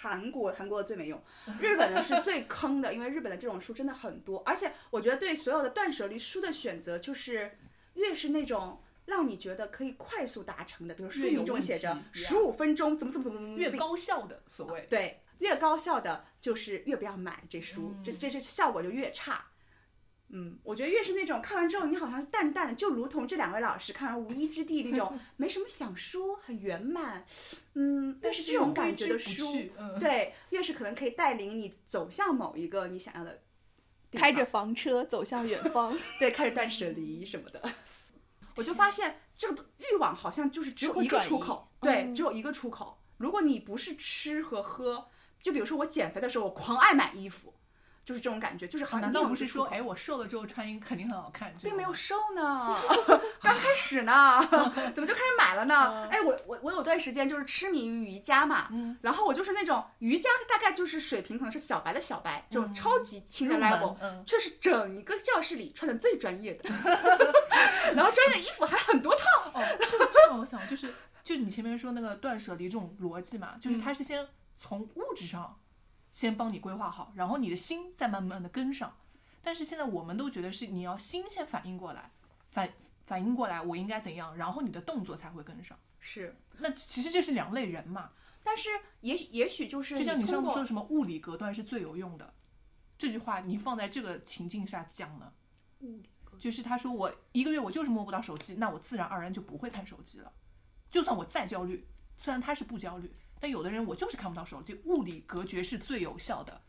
S4: 韩国，韩国的最
S5: (laughs)
S4: 没用，日本的是最坑的，因为日本的这种书真的很多，而且我觉得对所有的断舍离书的选择，就是越是那种让你觉得可以快速达成的，比如书
S5: 越有
S4: 名中
S5: 问
S4: 写
S5: 题
S4: 着
S5: 对啊
S4: 十五分钟怎么怎么怎么怎么
S5: 越
S4: 地
S5: 高效的所谓。
S4: 对，越高效的就是越不要买这书，
S5: 嗯
S4: 这这这效果就越差。嗯，我觉得越是那种看完之后，你好像是淡淡的，就如同这两位老师看完《无依之地》
S5: (laughs)
S4: 那种，没什么想说，很圆满，嗯，越
S5: 但
S4: 是
S5: 是
S4: 这种感觉的书，
S5: 挥之不去嗯，
S4: 对，越是可能可以带领你走向某一个你想要的地
S1: 开
S4: 方
S1: 着房车走向远
S5: (laughs)
S1: 方，
S4: 对，开始断舍离什么的。我就发现这个欲望好像就是只有
S1: 会
S4: 一个
S1: 转
S4: 出
S1: 移
S4: 口，对，
S1: 嗯
S4: 只有一个出口。如果你不是吃和喝，就比如说我减肥的时候，我狂爱买衣服，就是这种感觉，就是好像
S5: 难
S4: 一
S5: 道
S4: 定
S5: 不
S4: 有
S5: 是
S4: 一个出
S5: 说，
S4: 口
S5: 哎，我瘦了之后穿衣肯定很好看？这
S4: 并
S5: 种
S4: 没有
S5: 吗
S4: 瘦呢， (laughs) 刚开始呢， (laughs) 怎么就开始买了呢？哎，我我我有段时间就是痴迷于瑜伽嘛，然后我就是那种瑜伽大概就是水平可能是小白的小白，这种超级轻的
S5: 入门
S4: level，
S5: 嗯
S4: 却是整一个教室里穿的最专业的， (laughs) 然后专业的衣服还很多套，
S5: 哦，这个这个，我想就是就你前面说那个断舍离这种逻辑嘛，就是
S4: 嗯
S5: 它是先从物质上先帮你规划好，然后你的心再慢慢的跟上。但是现在我们都觉得是你要心先反应过来，反反应过来我应该怎样，然后你的动作才会跟上。
S4: 是，
S5: 那其实这是两类人嘛，
S4: 但是也也许就是
S5: 就像你
S4: 通
S5: 上次
S4: 过
S5: 说什么物理隔断是最有用的，这句话你放在这个情境下讲呢，就是他说我一个月我就是摸不到手机，那我自然而然就不会看手机了。就算我再焦虑，虽然他是不焦虑，但有的人我就是看不到手机，物理隔绝是最有效的。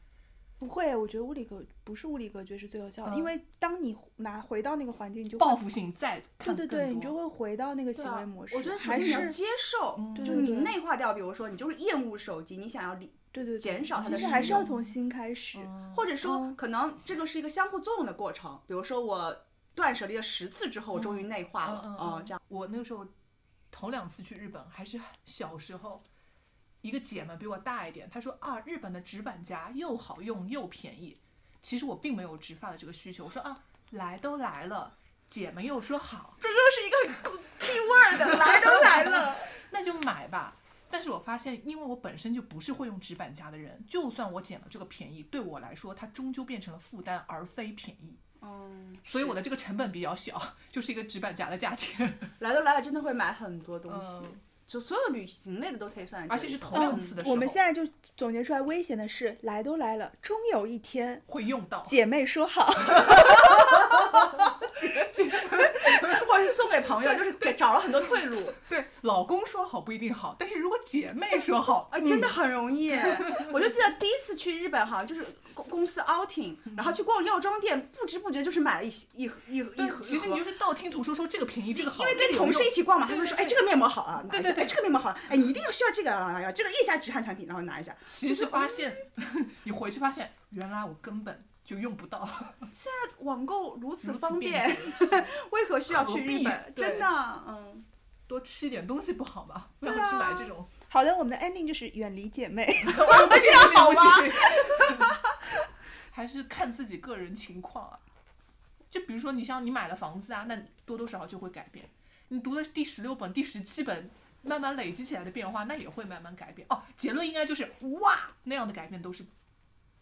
S1: 不会，我觉得物理隔不是物理隔绝是最有效的，
S5: 嗯
S1: 因为当你拿回到那个环境，你就会
S5: 报复性再
S1: 对
S5: 看
S1: 对
S5: 更多，
S1: 对，你就会回到那个行
S4: 对啊
S1: 为模式。
S4: 我觉得首
S1: 还
S4: 先你要
S1: 是
S4: 接受，
S5: 嗯
S1: 对
S4: 就
S1: 对
S4: 你
S1: 对
S4: 内化掉，比如说你就是厌恶手机，你想要理，
S1: 对对对
S4: 减少它
S1: 其
S4: 的
S1: 实还是
S4: 使
S1: 要
S4: 用
S1: 从心开始。
S4: 或者说
S5: 哦
S1: 嗯
S4: 可能这个是一个相互作用的过程，比如说我断舍离了十次之后，我终于内化了，
S5: 嗯嗯
S4: 哦
S5: 嗯
S4: 这样，
S5: 我那个时候头两次去日本还是小时候，一个姐们比我大一点，她说啊，日本的直板夹又好用又便宜。其实我并没有直发的这个需求，我说啊，来都来了，姐们又说好，
S4: 这就是一个 key word，来都
S5: (laughs)
S4: 来了，
S5: 那就买吧。但是我发现，因为我本身就不是会用直板夹的人，就算我捡了这个便宜，对我来说，它终究变成了负担而非便宜。
S4: 嗯，
S5: 所以我的这个成本比较小，就是一个直板夹的价钱。
S4: 来都来了，真的会买很多东西。
S5: 嗯
S4: 就所有旅行类的都可以算在
S5: 而
S4: 这嗯
S5: 且
S4: 里
S5: 是
S4: 头
S5: 同量词的时候，
S1: 哦我们现在就总结出来，危险的事来都来了，终有一天，
S5: 会用到。
S1: 姐妹说好， (laughs)
S4: (laughs) 或者是送给朋友，就是给找了很多退路，
S5: 对，老公说好不一定好，但是如果姐妹说好，
S4: 啊，真的很容易。
S5: (laughs)
S4: 我就记得第一次去日本哈，就是公公司 outing，
S5: 嗯
S4: 然后去逛药妆店，不知不觉就是买了一一一 (laughs) 一盒一盒。
S5: 对，其实你就是道听途说，说这个便宜，这个好，
S4: 因为
S5: 这
S4: 跟
S5: 个
S4: 同事
S5: 有
S4: 一起逛嘛，他们说，哎，这个面膜好啊，拿
S5: 对
S4: 一
S5: 对
S4: 下
S5: 对
S4: 哎，这个面膜好啊，哎，你一定要需要这个啊，要这个腋下止汗产品，然后拿一下。
S5: 用， (laughs) 其实发现 (laughs) 你回去发现，原来我根本就用不
S4: (laughs)
S5: 到。
S4: 网购如此
S5: 如此
S4: 方
S5: 便 (laughs)
S4: 便，为何需要去日
S5: 何必
S4: 本？真
S5: 对
S4: 的，嗯，
S5: 多吃一点东西不好吗？不要
S4: 对啊
S5: 去买这种。
S1: 好的，我们的 ending 就是远离姐妹。
S4: 嗯
S5: 这样
S4: 好吗？
S5: (laughs) 还是看自己个人情况啊。就比如说，你像你买了房子啊，那多多少少就会改变。你读的第十六本、第十七本，慢慢累积起来的变化，那也会慢慢改变。哦，结论应该就是哇，那样的改变都是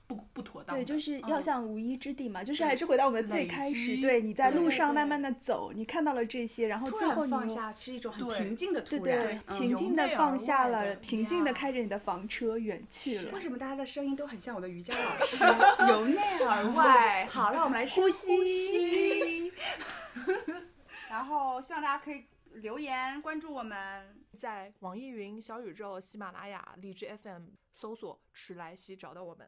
S5: 不不妥当的。
S1: (laughs) 对，就是要
S5: 嗯
S1: 像无依之地嘛，就是
S5: 对
S1: 还是回到我们最
S5: 累
S1: 开始，
S5: 积
S1: 对，你在
S5: 对
S1: 路
S5: 对
S1: 上慢
S5: 对
S1: 慢的走，你看到了这些，然后
S4: 突
S1: 最后
S4: 然
S1: 你
S4: 放
S1: 又
S4: 下是一种很
S5: 对
S4: 平静的突
S1: 对对
S4: 然，，嗯
S1: 平
S5: 由
S1: 静的
S5: 内
S1: 放
S5: 而
S1: 下
S5: 外
S1: 了，
S5: 的
S1: 平静的
S5: 呀
S1: 开着你的房车远去了
S4: 为。什么大家的声音都很像我的瑜伽老 (laughs) 师？由内而外。好，让我们来深
S1: 呼
S4: 呼
S1: 吸
S4: 吸。 (laughs) 然后希望大家可以留言关注我们。
S5: 在网易云、小宇宙、喜马拉雅、荔枝 FM 搜索“迟来兮”找到我们。